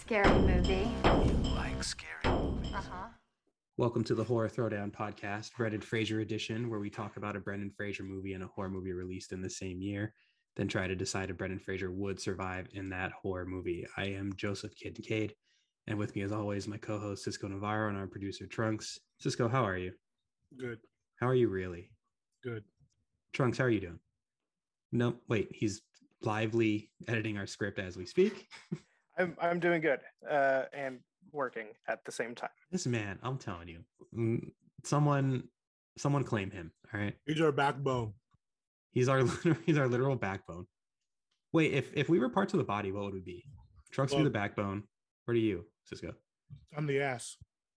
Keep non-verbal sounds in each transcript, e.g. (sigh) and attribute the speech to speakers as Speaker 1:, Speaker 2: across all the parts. Speaker 1: scary movie.
Speaker 2: Like scary movies.
Speaker 1: Uh huh.
Speaker 3: Welcome to the Horror Throwdown podcast, Brendan Fraser edition, where we talk about a Brendan Fraser movie and a horror movie released in the same year, then try to decide if Brendan Fraser would survive in that horror movie. I am Joseph Kincaid, and with me, as always, my co host Cisco Navarro and our producer Trunks. Cisco, how are you?
Speaker 4: Good,
Speaker 3: How are you really?
Speaker 4: good.
Speaker 3: Trunks, how are you doing? No, wait, he's lively editing our script as we speak.
Speaker 5: I'm I'm doing good uh, and working at the same time.
Speaker 3: This man, I'm telling you, mm, someone, someone claim him. All right.
Speaker 4: He's our backbone.
Speaker 3: He's our (laughs) he's our literal backbone. Wait, if if we were parts of the body, what would we be? Trunks would be
Speaker 4: Well-
Speaker 3: the backbone. What are you, Cisco?
Speaker 4: I'm the ass.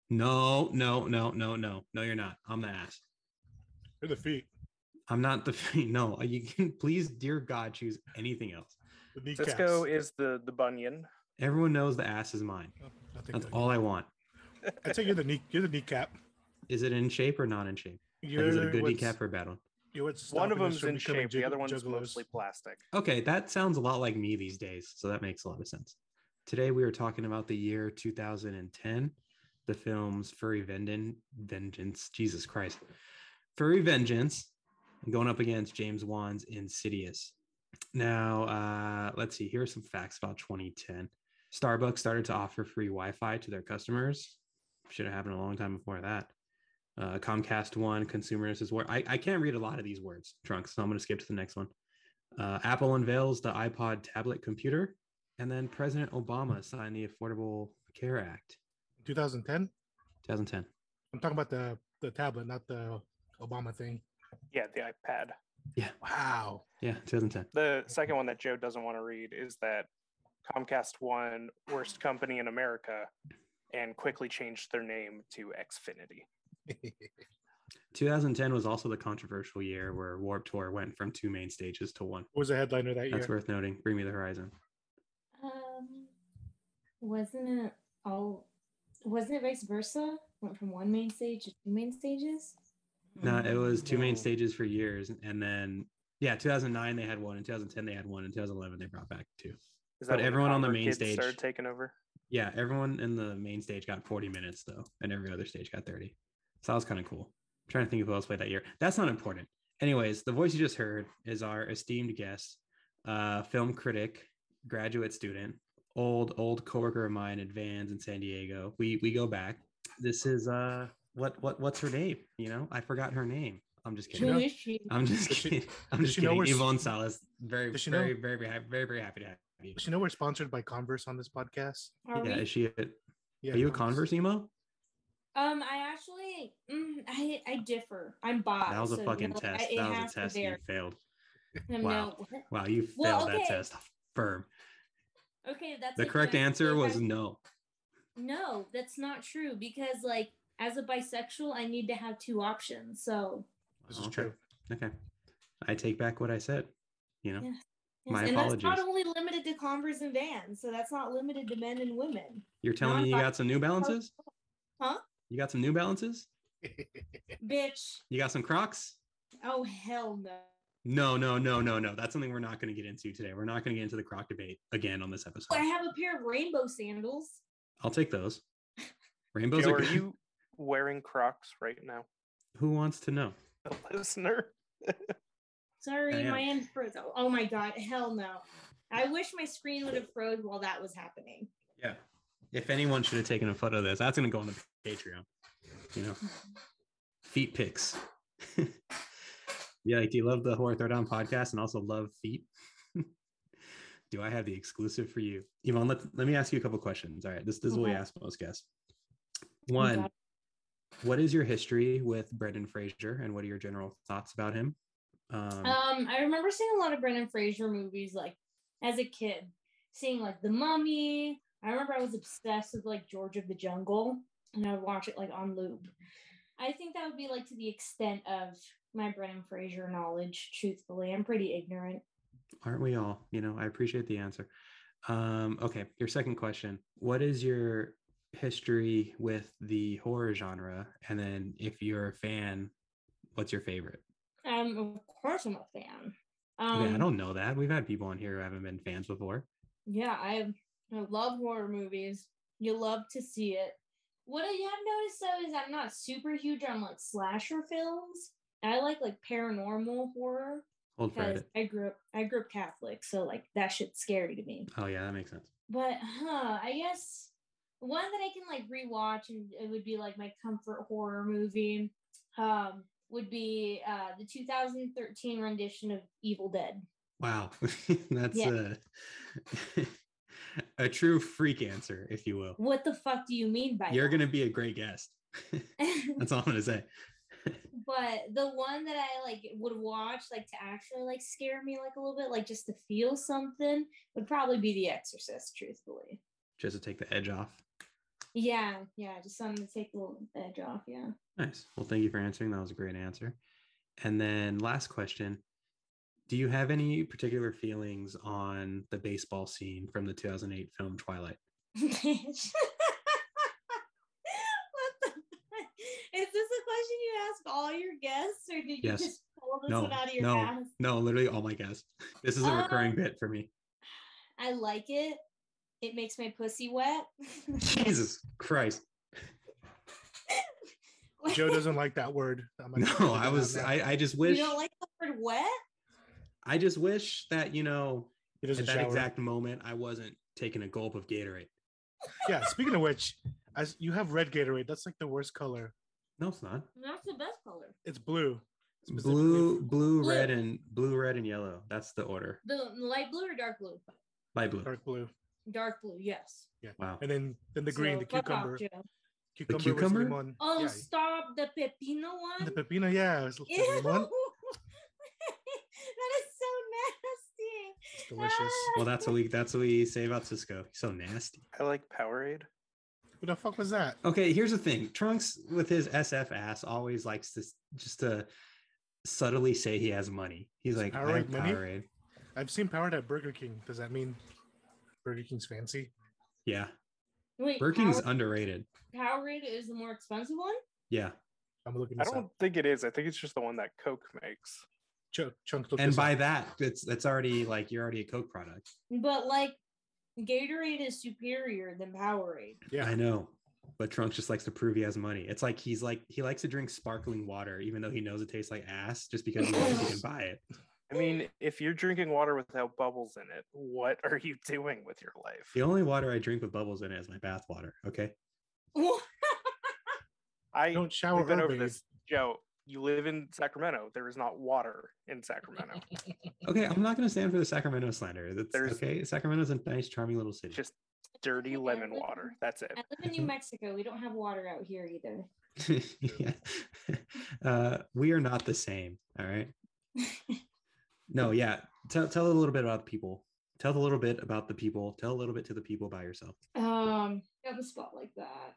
Speaker 3: No, no, no, no, no, no. You're not. I'm the ass.
Speaker 4: You're the feet.
Speaker 3: I'm not the (laughs) no. You can please, dear God, choose anything else.
Speaker 4: The kneecaps.
Speaker 5: Cisco is the the bunion.
Speaker 3: Everyone knows the ass is mine.
Speaker 4: Oh, nothing
Speaker 3: That's
Speaker 4: good.
Speaker 3: all I want.
Speaker 4: I say you're the knee. You're the kneecap.
Speaker 3: Is it in shape or not in shape? Like,
Speaker 4: You're
Speaker 3: is it a good
Speaker 4: what's-
Speaker 3: kneecap or a bad one?
Speaker 4: You're what's
Speaker 5: One of
Speaker 4: stopping us
Speaker 5: them's
Speaker 4: from
Speaker 5: in
Speaker 4: becoming
Speaker 5: shape, the
Speaker 4: jug-
Speaker 5: other one's
Speaker 4: juggalos.
Speaker 5: mostly plastic.
Speaker 3: Okay, that sounds a lot like me these days. So that makes a lot of sense. Today we are talking about the year 2010, the films Furry Vendon, Vengeance, Jesus Christ. Furry Vengeance, going up against James Wan's Insidious. Now, uh, let's see. Here are some facts about 2010. Starbucks started to offer free Wi Fi to their customers. Should have happened a long time before that. Uh, Comcast One, Consumers is where I, I can't read a lot of these words, Trunks, so I'm going to skip to the next one. Uh, Apple unveils the iPod tablet computer, and then President Obama signed the Affordable Care Act
Speaker 4: 2010.
Speaker 3: 2010.
Speaker 4: I'm talking about the the tablet, not the Obama thing.
Speaker 5: Yeah, the iPad.
Speaker 3: (laughs)
Speaker 4: Wow.
Speaker 3: Yeah, 2010.
Speaker 5: The second one that Joe doesn't want to read is that Comcast won worst company in America and quickly changed their name to Xfinity.
Speaker 3: 2010 was also the controversial year where Warp Tour went from two main stages to one.
Speaker 4: What was the headliner that year?
Speaker 3: That's worth noting. Bring Me the Horizon.
Speaker 6: Um, wasn't it all? Wasn't it vice versa? Went from one main stage to two main stages.
Speaker 3: No, it was two main
Speaker 4: No.
Speaker 3: stages for years, and then yeah, 2009 they had one, in 2010 they had one, in 2011 they brought back two.
Speaker 5: Is
Speaker 3: But
Speaker 5: when the
Speaker 3: everyone on the
Speaker 5: Convert
Speaker 3: main
Speaker 5: kids
Speaker 3: stage-
Speaker 5: started taking over?
Speaker 3: Yeah, everyone in the main stage got 40 minutes though, and every other stage got 30. So that was kind of cool. I'm trying to think of who else played that year. That's not important. Anyways, the voice you just heard is our esteemed guest, uh, film critic, graduate student, old old coworker of mine at Vans in San Diego. We we go back. This is uh what what what's her name? You know, I forgot her name. I'm just kidding. I'm just
Speaker 4: Does she-
Speaker 3: kidding. I'm
Speaker 4: does
Speaker 3: just
Speaker 4: she know
Speaker 3: kidding.
Speaker 4: we're-
Speaker 3: Yvonne Salas, very
Speaker 4: does she
Speaker 3: very,
Speaker 4: know-
Speaker 3: very very happy- very very happy to have you.
Speaker 4: But you know we're sponsored by Converse on this podcast.
Speaker 6: Are
Speaker 3: Yeah,
Speaker 6: we-
Speaker 3: is she? A,
Speaker 4: Yeah.
Speaker 3: are you a Converse emo?
Speaker 6: um, I actually, mm, I, I differ. I'm bi.
Speaker 3: That was a
Speaker 6: so
Speaker 3: fucking
Speaker 6: no,
Speaker 3: test.
Speaker 6: I- it
Speaker 3: that was
Speaker 6: has
Speaker 3: a
Speaker 6: to
Speaker 3: test. and You
Speaker 6: vary.
Speaker 3: failed.
Speaker 6: Um,
Speaker 3: Wow.
Speaker 6: no.
Speaker 3: Wow, you failed
Speaker 6: Well,
Speaker 3: that
Speaker 6: okay.
Speaker 3: test. Firm.
Speaker 6: (laughs) Okay, that's
Speaker 3: The
Speaker 6: like
Speaker 3: correct
Speaker 6: when I
Speaker 3: answer
Speaker 6: say
Speaker 3: was
Speaker 6: bi-
Speaker 3: no.
Speaker 6: no. That's not true because, like, as a bisexual, I need to have two options. So,
Speaker 4: This
Speaker 3: Oh,
Speaker 4: is
Speaker 3: okay.
Speaker 4: true.
Speaker 3: Okay. I take back what I said. You know,
Speaker 6: Yeah.
Speaker 3: My
Speaker 6: and that's
Speaker 3: apologies.
Speaker 6: not only limited to Converse and Vans. So that's not limited to men and women.
Speaker 3: you're telling me you
Speaker 6: Non-bi-
Speaker 3: got some new balances?
Speaker 6: Huh?
Speaker 3: You got some new balances?
Speaker 6: Bitch.
Speaker 3: You got some Crocs?
Speaker 6: Oh hell no.
Speaker 3: No, no, no, no, no. That's something we're not going to get into today. We're not going to get into the Croc debate again on this episode.
Speaker 6: I have a pair of rainbow sandals.
Speaker 3: I'll take
Speaker 6: (laughs)
Speaker 3: those. Rainbows
Speaker 5: Joe,
Speaker 3: are
Speaker 5: are
Speaker 3: good.
Speaker 5: you wearing Crocs right now? (laughs)
Speaker 3: Who wants to know?
Speaker 5: The listener?
Speaker 6: Sorry,
Speaker 3: Damn.
Speaker 6: my end froze. Oh, oh my god, hell no. I wish my screen would have froze while that was happening.
Speaker 3: Yeah. If anyone should have taken a photo of this, that's going to go on the Patreon. You know, feet pics. (laughs) yeah, like, do you love the Horror Throwdown podcast and also love feet? (laughs) do I have the exclusive for you? Yvonne, let, let me ask you a couple questions. All right. This, this is what we
Speaker 6: Okay.
Speaker 3: ask most guests. One, what is your history with Brendan Fraser and what are your general thoughts about him? Um,
Speaker 6: Um, I remember seeing a lot of Brendan Fraser movies like as a kid, seeing like The Mummy. I remember I was obsessed with like George of the Jungle, and I would watch it like on loop. I think that would be like to the extent of my Brendan Fraser knowledge. Truthfully, I'm pretty ignorant.
Speaker 3: aren't we all you know i appreciate the answer um okay your second question what is your history with the horror genre and then if you're a fan what's your favorite
Speaker 6: Um, of course, I'm a fan. Um,
Speaker 3: okay, i don't know that we've had people on here who haven't been fans before
Speaker 6: Yeah, I I love horror movies. You love to see it. What I have noticed though is I'm not super huge on like slasher films. I like like paranormal horror
Speaker 3: Hold for
Speaker 6: because
Speaker 3: edit.
Speaker 6: I grew up I grew up Catholic, so like that shit's scary to me.
Speaker 3: Oh yeah, that makes sense.
Speaker 6: But huh, I guess one that I can like rewatch and it would be like my comfort horror movie um would be uh the 2013 rendition of Evil Dead.
Speaker 3: Wow, (laughs) that's
Speaker 6: Yeah.
Speaker 3: a (laughs) a true freak answer, if you will.
Speaker 6: What the fuck do you mean by
Speaker 3: You're
Speaker 6: that?
Speaker 3: gonna be a great guest. (laughs)
Speaker 6: (laughs)
Speaker 3: That's all I'm gonna say.
Speaker 6: but the one that I like would watch like to actually like scare me like a little bit, like just to feel something would probably be The Exorcist, truthfully.
Speaker 3: Just to take the edge off.
Speaker 6: Yeah, yeah, just something to take the little edge off, yeah. (laughs)
Speaker 3: Nice. Well, thank you for answering. That was a great answer. And then last question. Do you have any particular feelings on the baseball scene from the 2008 film Twilight?
Speaker 6: Bitch. what the fuck? Is this a question you ask all your guests, or did you
Speaker 3: Yes.
Speaker 6: just pull this
Speaker 3: No,
Speaker 6: one out of your Um,
Speaker 3: no.
Speaker 6: ass?
Speaker 3: No, literally all my guests. (laughs) This is a recurring bit for me.
Speaker 6: I like it. It makes my pussy wet. (laughs)
Speaker 3: Jesus (laughs) Christ.
Speaker 4: (laughs) Joe doesn't like that word. I'm like,
Speaker 3: (laughs) No, I was
Speaker 4: He
Speaker 3: I, I just
Speaker 6: you
Speaker 3: wish
Speaker 6: don't like the word wet?
Speaker 3: I just wish that, you know,
Speaker 4: doesn't
Speaker 3: at that
Speaker 4: shower.
Speaker 3: exact moment I wasn't taking a gulp of Gatorade.
Speaker 4: Yeah. Speaking of which, as you have red Gatorade, that's like the worst color.
Speaker 3: No, it's not.
Speaker 6: That's the best color.
Speaker 4: It's blue. specifically
Speaker 3: Blue,
Speaker 4: for
Speaker 3: blue,
Speaker 6: Blue.
Speaker 3: red, and blue, red, and yellow. That's the order.
Speaker 6: The light blue or dark blue?
Speaker 3: Light blue.
Speaker 4: dark blue,
Speaker 6: Dark blue, yes.
Speaker 3: Wow.
Speaker 4: and then then the green,
Speaker 6: So,
Speaker 4: the
Speaker 6: fuck off,
Speaker 4: cucumber,
Speaker 6: Joe.
Speaker 4: cucumber,
Speaker 3: cucumber?
Speaker 4: With lemon.
Speaker 6: Oh,
Speaker 4: yeah,
Speaker 6: stop the pepino one. (laughs)
Speaker 4: the pepino. Yeah, it's
Speaker 6: Ew. that is so (laughs)
Speaker 4: lemon.
Speaker 6: nasty.
Speaker 4: It's delicious.
Speaker 3: Well, that's what we that's what we say about Cisco. He's so nasty.
Speaker 5: I like Powerade.
Speaker 4: What the fuck was that?
Speaker 3: Okay, here's the thing. Trunks with his SF ass always likes to s- just to subtly say he has money. He's like, I have
Speaker 4: Powerade money?
Speaker 3: Powerade.
Speaker 4: I've seen Powered at Burger King. Does that mean Burger King's fancy?
Speaker 3: Yeah.
Speaker 6: Wait,
Speaker 3: Burger King's
Speaker 6: Power-
Speaker 3: underrated.
Speaker 6: Powerade is the more expensive one.
Speaker 3: Yeah.
Speaker 4: I'm looking
Speaker 5: I
Speaker 4: this
Speaker 5: don't
Speaker 4: up.
Speaker 5: think it is. I think it's just the one that Coke makes.
Speaker 4: Chunk, chunk look
Speaker 3: And
Speaker 4: this up.
Speaker 3: by that, it's that's already like you're already a Coke product.
Speaker 6: But like Gatorade is superior than Powerade. (laughs)
Speaker 4: yeah,
Speaker 3: I know. But Trunks just likes to prove he has money. It's like he's like he likes to drink sparkling water, even though he knows it tastes like ass, just because he knows he can buy it.
Speaker 5: I mean, if you're drinking water without bubbles in it, what are you (laughs) doing with your life?
Speaker 3: The only water I drink with bubbles in it is my bath water. Okay.
Speaker 5: I
Speaker 4: don't shower
Speaker 5: we've been
Speaker 4: or
Speaker 5: over
Speaker 4: bathe.
Speaker 5: this, Joe. You live in Sacramento. There is not water in Sacramento.
Speaker 3: Okay, I'm not going to stand for the Sacramento slander. That's
Speaker 5: There's-
Speaker 3: okay. Sacramento's a nice, charming little city.
Speaker 5: Just dirty lemon water. That's it.
Speaker 6: I live in New Mexico. We don't have water out here either.
Speaker 3: (laughs) yeah. (laughs) uh, we are not the same.
Speaker 5: (laughs)
Speaker 3: All right. no, yeah. Tell tell a little bit about the people. Tell a little bit about the people. Tell a little bit to the people by yourself.
Speaker 6: Um, got the spot like that.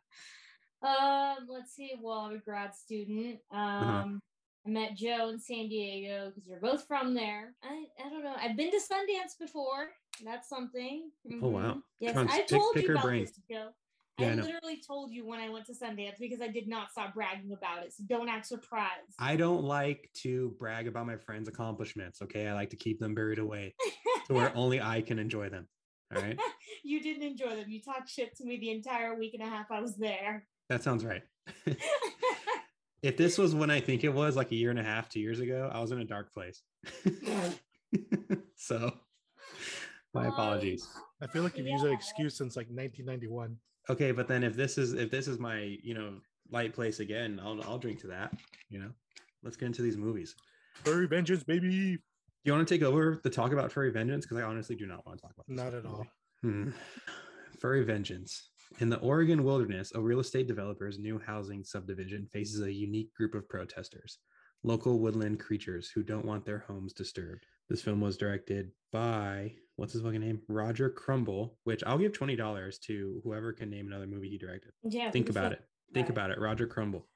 Speaker 6: Um, let's see. Well, I'm a grad student. Um,
Speaker 3: Uh-huh.
Speaker 6: I met Joe in San Diego because we're both from there. I, I don't know. I've been to Sundance before. That's something.
Speaker 3: Oh, wow.
Speaker 6: Mhm. Yes,
Speaker 3: Come on,
Speaker 6: I
Speaker 3: pick-
Speaker 6: told
Speaker 3: pick
Speaker 6: you
Speaker 3: her
Speaker 6: about
Speaker 3: brain.
Speaker 6: this, Joe.
Speaker 3: Yeah, I
Speaker 6: I
Speaker 3: know.
Speaker 6: literally told you when I went to Sundance because I did not stop bragging about it. So don't act surprised.
Speaker 3: I don't like to brag about my friends' accomplishments. Okay. I like to keep them buried away
Speaker 5: (laughs)
Speaker 3: to where only I can enjoy them. All right.
Speaker 6: you didn't enjoy them. You talked shit to me the entire week and a half I was there. (laughs)
Speaker 3: (laughs) That sounds right. if this was when I think it was, like a year and a half, two years ago, I was in a dark place. (laughs) so my
Speaker 6: Um,
Speaker 3: apologies.
Speaker 4: I feel like you've used that excuse since like 1991.
Speaker 3: Okay, but then if this is if this is my you know light place again, I'll I'll drink to that. You know, let's get into these movies.
Speaker 4: Furry vengeance, baby.
Speaker 3: Do you want to take over the talk about Furry Vengeance? Because I honestly do not want to talk about this
Speaker 4: Not at
Speaker 3: movie.
Speaker 4: all.
Speaker 3: Hmm. Furry Vengeance. In the Oregon wilderness, a real estate developer's new housing subdivision faces a unique group of protesters, local woodland creatures who don't want their homes disturbed. This film was directed by, what's his fucking name? Roger Crumble, which I'll give $20 to whoever can name another movie he directed.
Speaker 6: Yeah.
Speaker 3: Think
Speaker 6: who the
Speaker 3: about
Speaker 6: fuck-
Speaker 3: it. Think
Speaker 6: Right.
Speaker 3: about it. Roger Crumble.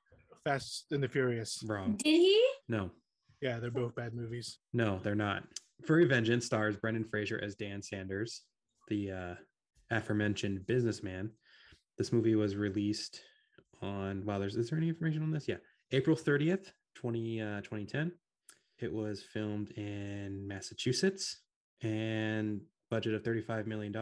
Speaker 4: Fast and the Furious.
Speaker 6: (laughs)
Speaker 3: Wrong.
Speaker 6: Did he?
Speaker 3: No.
Speaker 4: Yeah, they're both bad movies.
Speaker 3: No, they're not. Furry Vengeance stars Brendan Fraser as Dan Sanders, the uh, aforementioned businessman. This movie was released on, wow, there's, is there any information on this? Yeah. April 30th, 20, uh, 2010. It was filmed in Massachusetts. And budget of $35 million,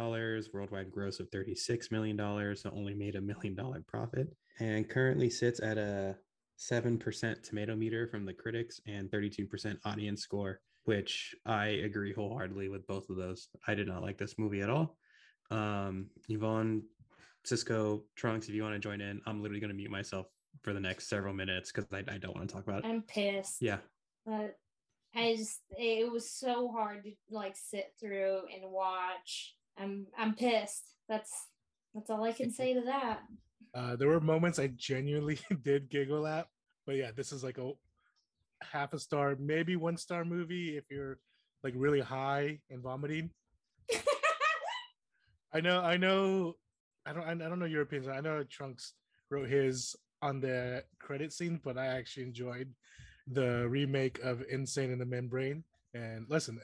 Speaker 3: worldwide gross of $36 million, so only made a million dollar profit, and currently sits at a 7% tomato meter from the critics and 32% audience score, which I agree wholeheartedly with both of those. I did not like this movie at all. Um, Yvonne, Cisco, Trunks, if you want to join in, I'm literally going to mute myself for the next several minutes because I, I don't want to talk about it.
Speaker 6: I'm pissed.
Speaker 3: Yeah.
Speaker 6: But I just it was so hard to like sit through and watch. I'm I'm pissed. That's that's all I can say to that. (laughs)
Speaker 4: Uh, there were moments I genuinely (laughs) did giggle at, but yeah, this is like a half a star, maybe one star movie if you're like really high and vomiting. I know, I know, I don't, I don't know Europeans. I know Trunks wrote his on the credit scene, but I actually enjoyed the remake of Insane in the Membrane. And listen,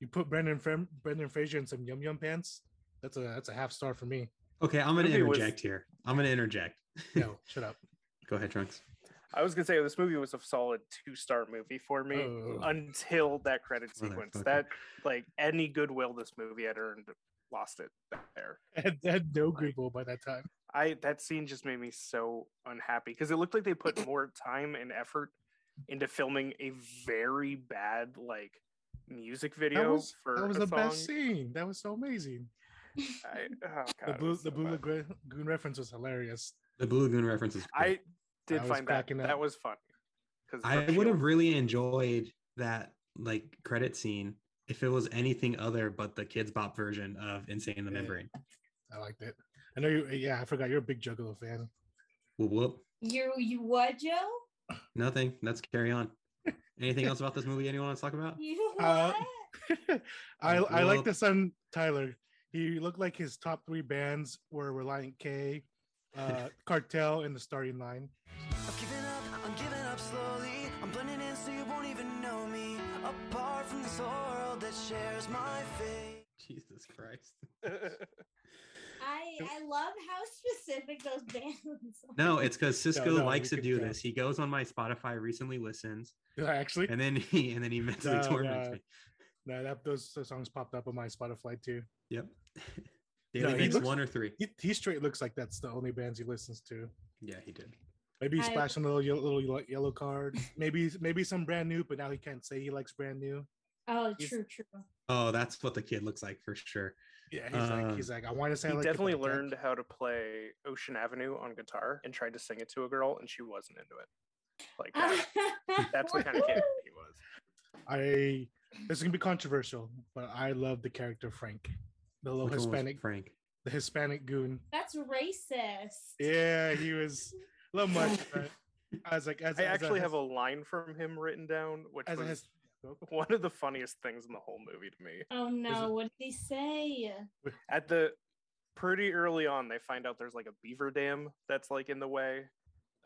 Speaker 4: you put Brendan Fra- Brendan Fraser in some yum yum pants. That's a that's a half star for me.
Speaker 3: Okay, I'm going to
Speaker 5: Movie was-
Speaker 3: interject here. I'm going to interject.
Speaker 4: No, shut up.
Speaker 3: (laughs)
Speaker 4: (laughs)
Speaker 3: Go ahead, Trunks.
Speaker 5: I was gonna say this movie was a solid two star movie for me
Speaker 4: Oh.
Speaker 5: until that credit sequence.
Speaker 3: Motherfucker.
Speaker 5: That like any goodwill this movie had earned lost it there.
Speaker 4: I had, I had no Google by that time.
Speaker 5: I that scene just made me so unhappy because it looked like they put more time and effort into filming a very bad like music video
Speaker 4: That was,
Speaker 5: for
Speaker 4: that was
Speaker 5: a
Speaker 4: the
Speaker 5: song.
Speaker 4: best scene. That was so amazing.
Speaker 5: I, oh,
Speaker 4: The
Speaker 5: God, it
Speaker 4: blue
Speaker 5: was
Speaker 4: the
Speaker 5: so
Speaker 4: blue
Speaker 5: bad.
Speaker 4: lagoon reference was hilarious.
Speaker 3: The Blue Lagoon reference is great.
Speaker 5: I did
Speaker 4: I was
Speaker 5: find that
Speaker 4: cracking up.
Speaker 5: that was funny because
Speaker 3: I would have really enjoyed that like credit scene if it was anything other but the Kids Bop version of Insane in the
Speaker 4: Yeah.
Speaker 3: Membrane.
Speaker 4: I liked it. I know you. Yeah, I forgot you're a big Juggalo fan. (laughs)
Speaker 3: Whoop, whoop.
Speaker 6: You you what, Joe?
Speaker 3: Nothing. Let's carry on. Anything else about this movie anyone wants to talk about?
Speaker 6: You what?
Speaker 4: Uh, I I
Speaker 3: Well-
Speaker 4: like this on Tyler. He looked like his top three bands were Reliant K,
Speaker 5: (laughs)
Speaker 4: uh, Cartel, and the Starting Line.
Speaker 1: I've given up, I'm giving up slowly. I'm blending in so you won't even know me. Apart from this world that shares my fate.
Speaker 3: (laughs) Jesus Christ.
Speaker 6: I I love how specific those bands. Are.
Speaker 3: No, it's because Cisco
Speaker 4: no,
Speaker 3: likes
Speaker 4: we
Speaker 3: to
Speaker 4: could
Speaker 3: do
Speaker 4: tell.
Speaker 3: this. He goes on my Spotify, recently
Speaker 4: (laughs)
Speaker 3: listens,
Speaker 4: Did I actually?
Speaker 3: and then he and then he mentally
Speaker 4: No,
Speaker 3: torments
Speaker 4: no.
Speaker 3: me.
Speaker 4: No, that those, those songs popped up on my Spotify too.
Speaker 3: Yep. (laughs) Daily
Speaker 4: he
Speaker 3: mix
Speaker 4: looks-
Speaker 3: one or three.
Speaker 4: He, he straight looks like that's the only bands he listens to.
Speaker 3: Yeah, he did.
Speaker 4: Maybe he
Speaker 6: I-
Speaker 4: splashed on a little ye- little ye- yellow card. Maybe maybe some brand new, but now he can't say he likes brand new.
Speaker 6: Oh,
Speaker 4: He's-
Speaker 6: true, true.
Speaker 3: Oh, that's what the kid looks like for sure.
Speaker 4: Yeah, he's
Speaker 3: Uh,
Speaker 4: like he's like I want to say
Speaker 5: He
Speaker 4: I like it, but
Speaker 5: definitely
Speaker 4: I can't."
Speaker 5: learned how to play Ocean Avenue on guitar and tried to sing it to a girl, and she wasn't into it. Like
Speaker 6: (laughs)
Speaker 5: that, that's the kind of
Speaker 4: (laughs)
Speaker 5: kid he was.
Speaker 4: I this is gonna be controversial, but I love the character Frank, the little
Speaker 3: Which one was
Speaker 4: Hispanic,
Speaker 3: Frank.
Speaker 4: the Hispanic goon.
Speaker 6: That's racist.
Speaker 4: Yeah, he was a little
Speaker 3: (laughs)
Speaker 4: much. But I was like, as,
Speaker 5: I
Speaker 4: as
Speaker 5: actually have a
Speaker 4: His-
Speaker 5: line from him written down, which
Speaker 4: as a
Speaker 5: was
Speaker 4: his,
Speaker 5: one of the funniest things in the whole movie to me.
Speaker 6: Oh no, what did he say?
Speaker 5: At the pretty early on, they find out there's like a beaver dam that's like in the way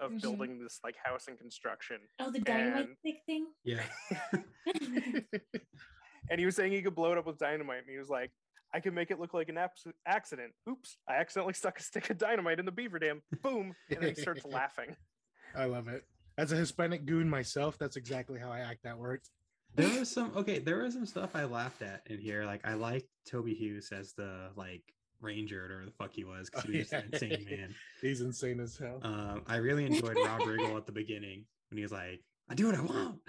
Speaker 5: of
Speaker 6: Mhm.
Speaker 5: building this like house and construction.
Speaker 6: Oh, the dynamite
Speaker 5: And-
Speaker 6: stick thing.
Speaker 4: (laughs)
Speaker 3: Yeah.
Speaker 6: (laughs)
Speaker 5: And he was saying he could blow it up with dynamite, and he was like, I can make it look like an abs- accident. Oops, I accidentally stuck a stick of dynamite in the beaver dam. Boom. And then he (laughs) starts laughing.
Speaker 4: I love it. As a Hispanic goon myself, that's exactly how I act at work.
Speaker 3: there was some okay there was some stuff i laughed at in here like i liked toby hughes as the like ranger or whatever the fuck he was because he was just an
Speaker 4: Oh, yeah. (laughs)
Speaker 3: insane man
Speaker 4: He's insane as hell.
Speaker 3: um i really enjoyed rob riggle at the beginning when he was like i do what i want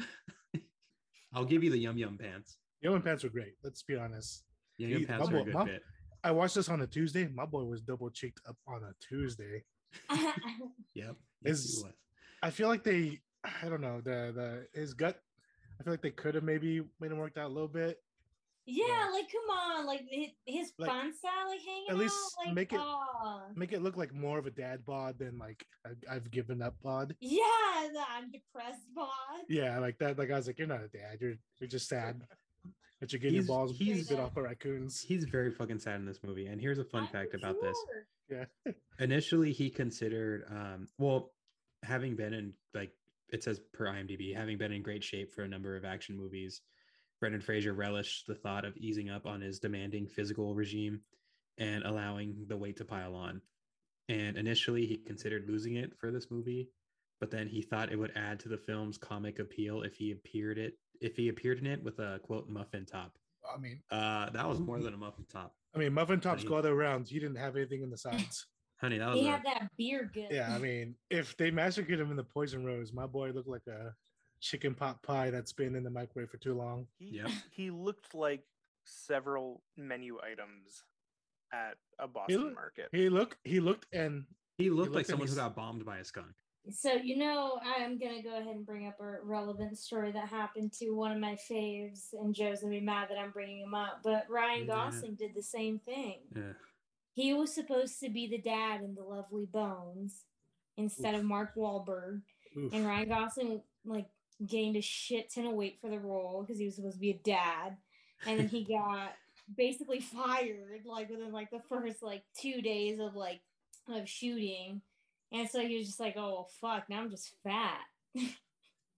Speaker 3: (laughs) i'll give you the yum yum pants
Speaker 4: Yo and pants were great. Let's be honest.
Speaker 3: yum yum
Speaker 4: He-
Speaker 3: pants
Speaker 4: Mumble-
Speaker 3: are a good
Speaker 4: Mum-
Speaker 3: bit
Speaker 4: I watched this on a Tuesday. My boy was double cheeked up on a Tuesday.
Speaker 3: yep yes, he
Speaker 4: Is-
Speaker 3: was.
Speaker 4: I feel like they, I don't know, the the his gut. I feel like they could have maybe made him worked out a little bit.
Speaker 6: yeah, like come on, like hi- his
Speaker 4: Like,
Speaker 6: fun style, like hanging
Speaker 4: at least
Speaker 6: out, like
Speaker 4: make it-
Speaker 6: aw.
Speaker 4: Make it look like more of a dad bod than like I, I've given up bod.
Speaker 6: Yeah, the I'm depressed bod.
Speaker 4: Yeah, like that. Like I was like, you're not a dad. You're you're just sad that you're getting
Speaker 3: He's-
Speaker 4: your balls
Speaker 3: he's-
Speaker 4: bit off by raccoons.
Speaker 3: he's very fucking sad in this movie and here's a fun
Speaker 6: I'm
Speaker 3: fact about this
Speaker 6: sure.
Speaker 3: initially he considered um well having been in like it says per imdb having been in great shape for a number of action movies brendan fraser relished the thought of easing up on his demanding physical regime and allowing the weight to pile on and initially he considered losing it for this movie but then he thought it would add to the film's comic appeal if he appeared it if he appeared in it with a quote muffin top
Speaker 4: I mean,
Speaker 3: Uh, that was more than a muffin top,
Speaker 4: I mean, muffin tops
Speaker 3: Honey.
Speaker 4: go all the way around. He didn't have anything in
Speaker 3: (laughs)
Speaker 4: the sides.
Speaker 3: honey. That was
Speaker 6: He
Speaker 3: a-
Speaker 6: had that beer good.
Speaker 4: yeah, I mean, if they massacred him in the poison rose, my boy looked like a chicken pot pie that's been in the microwave for too long.
Speaker 5: He,
Speaker 3: Yep.
Speaker 5: he looked like several menu items at a
Speaker 4: look-
Speaker 5: Boston market.
Speaker 4: He looked, he looked, and
Speaker 3: he looked
Speaker 4: looked
Speaker 3: like
Speaker 4: at
Speaker 3: someone
Speaker 4: me
Speaker 3: who
Speaker 4: s-
Speaker 3: got bombed by a skunk.
Speaker 6: So you know, I'm gonna go ahead and bring up a relevant story that happened to one of my faves, and Joe's gonna be mad that I'm bringing him up. But Ryan
Speaker 3: Yeah.
Speaker 6: Gosling did the same thing.
Speaker 3: Yeah.
Speaker 6: He was supposed to be the dad in The Lovely Bones instead of Mark Wahlberg,
Speaker 4: oof.
Speaker 6: and Ryan Gosling like gained a shit ton of weight for the role because he was supposed to be a dad, and
Speaker 3: (laughs)
Speaker 6: then he got basically fired like within like the first like two days of like of shooting. And so he was just like, oh, fuck, now I'm just fat. (laughs)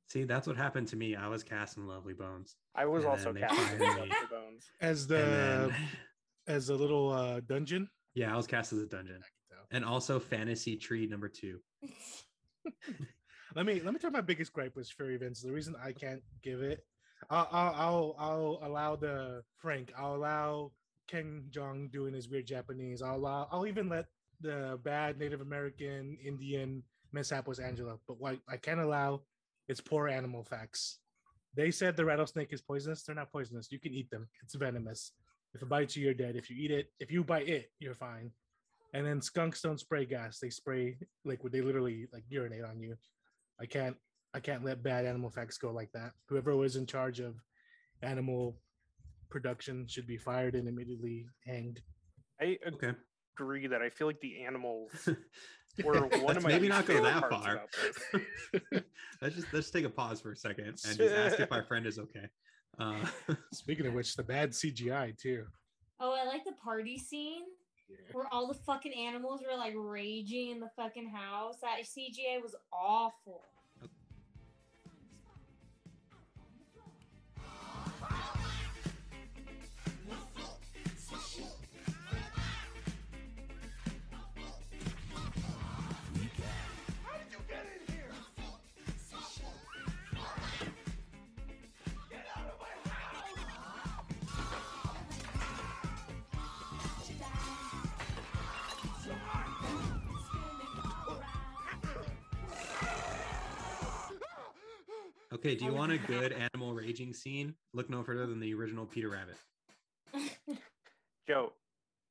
Speaker 3: See, that's what happened to me. I was cast in Lovely Bones.
Speaker 5: I was
Speaker 3: and
Speaker 5: also
Speaker 3: then they
Speaker 5: casting
Speaker 6: fired me.
Speaker 5: the bones.
Speaker 4: as
Speaker 3: And
Speaker 4: the
Speaker 3: then-
Speaker 4: as a little uh, dungeon.
Speaker 3: (laughs) yeah, I was cast as a dungeon,
Speaker 4: tell.
Speaker 3: and also Fantasy Tree number two.
Speaker 4: Let me let me tell you my biggest gripe with Fury Vince. The reason I can't give it, I'll I'll I'll, I'll allow the Frank. I'll allow Ken Jong doing his weird Japanese. I'll allow. I'll even let the bad Native American Indian mishap was Angela. But what I can't allow is poor animal facts. They said the rattlesnake is poisonous. They're not poisonous. You can eat them. It's venomous. If it bites you, you're dead. If you eat it, if you bite it, you're fine. And then skunks don't spray gas. They spray like they literally like urinate on you. I can't I can't let bad animal facts go like that. Whoever was in charge of animal production should be fired and immediately hanged.
Speaker 5: I
Speaker 3: Okay,
Speaker 5: agree that I feel like the
Speaker 3: (laughs)
Speaker 5: animals were
Speaker 3: Or
Speaker 5: one of my
Speaker 3: maybe not go
Speaker 5: favorite
Speaker 3: that
Speaker 5: parts
Speaker 3: far.
Speaker 5: about this.
Speaker 3: (laughs) let's just let's take a pause for a second and just ask if my friend is okay. Uh, (laughs)
Speaker 4: Speaking of which, the bad CGI too.
Speaker 6: oh, I like the party scene where all the fucking animals were like raging in the fucking house. That CGA was awful.
Speaker 3: okay, do you
Speaker 5: Oh,
Speaker 6: I
Speaker 3: want a
Speaker 6: would-
Speaker 3: good animal raging scene? Look no further than the original Peter Rabbit.
Speaker 5: Joe,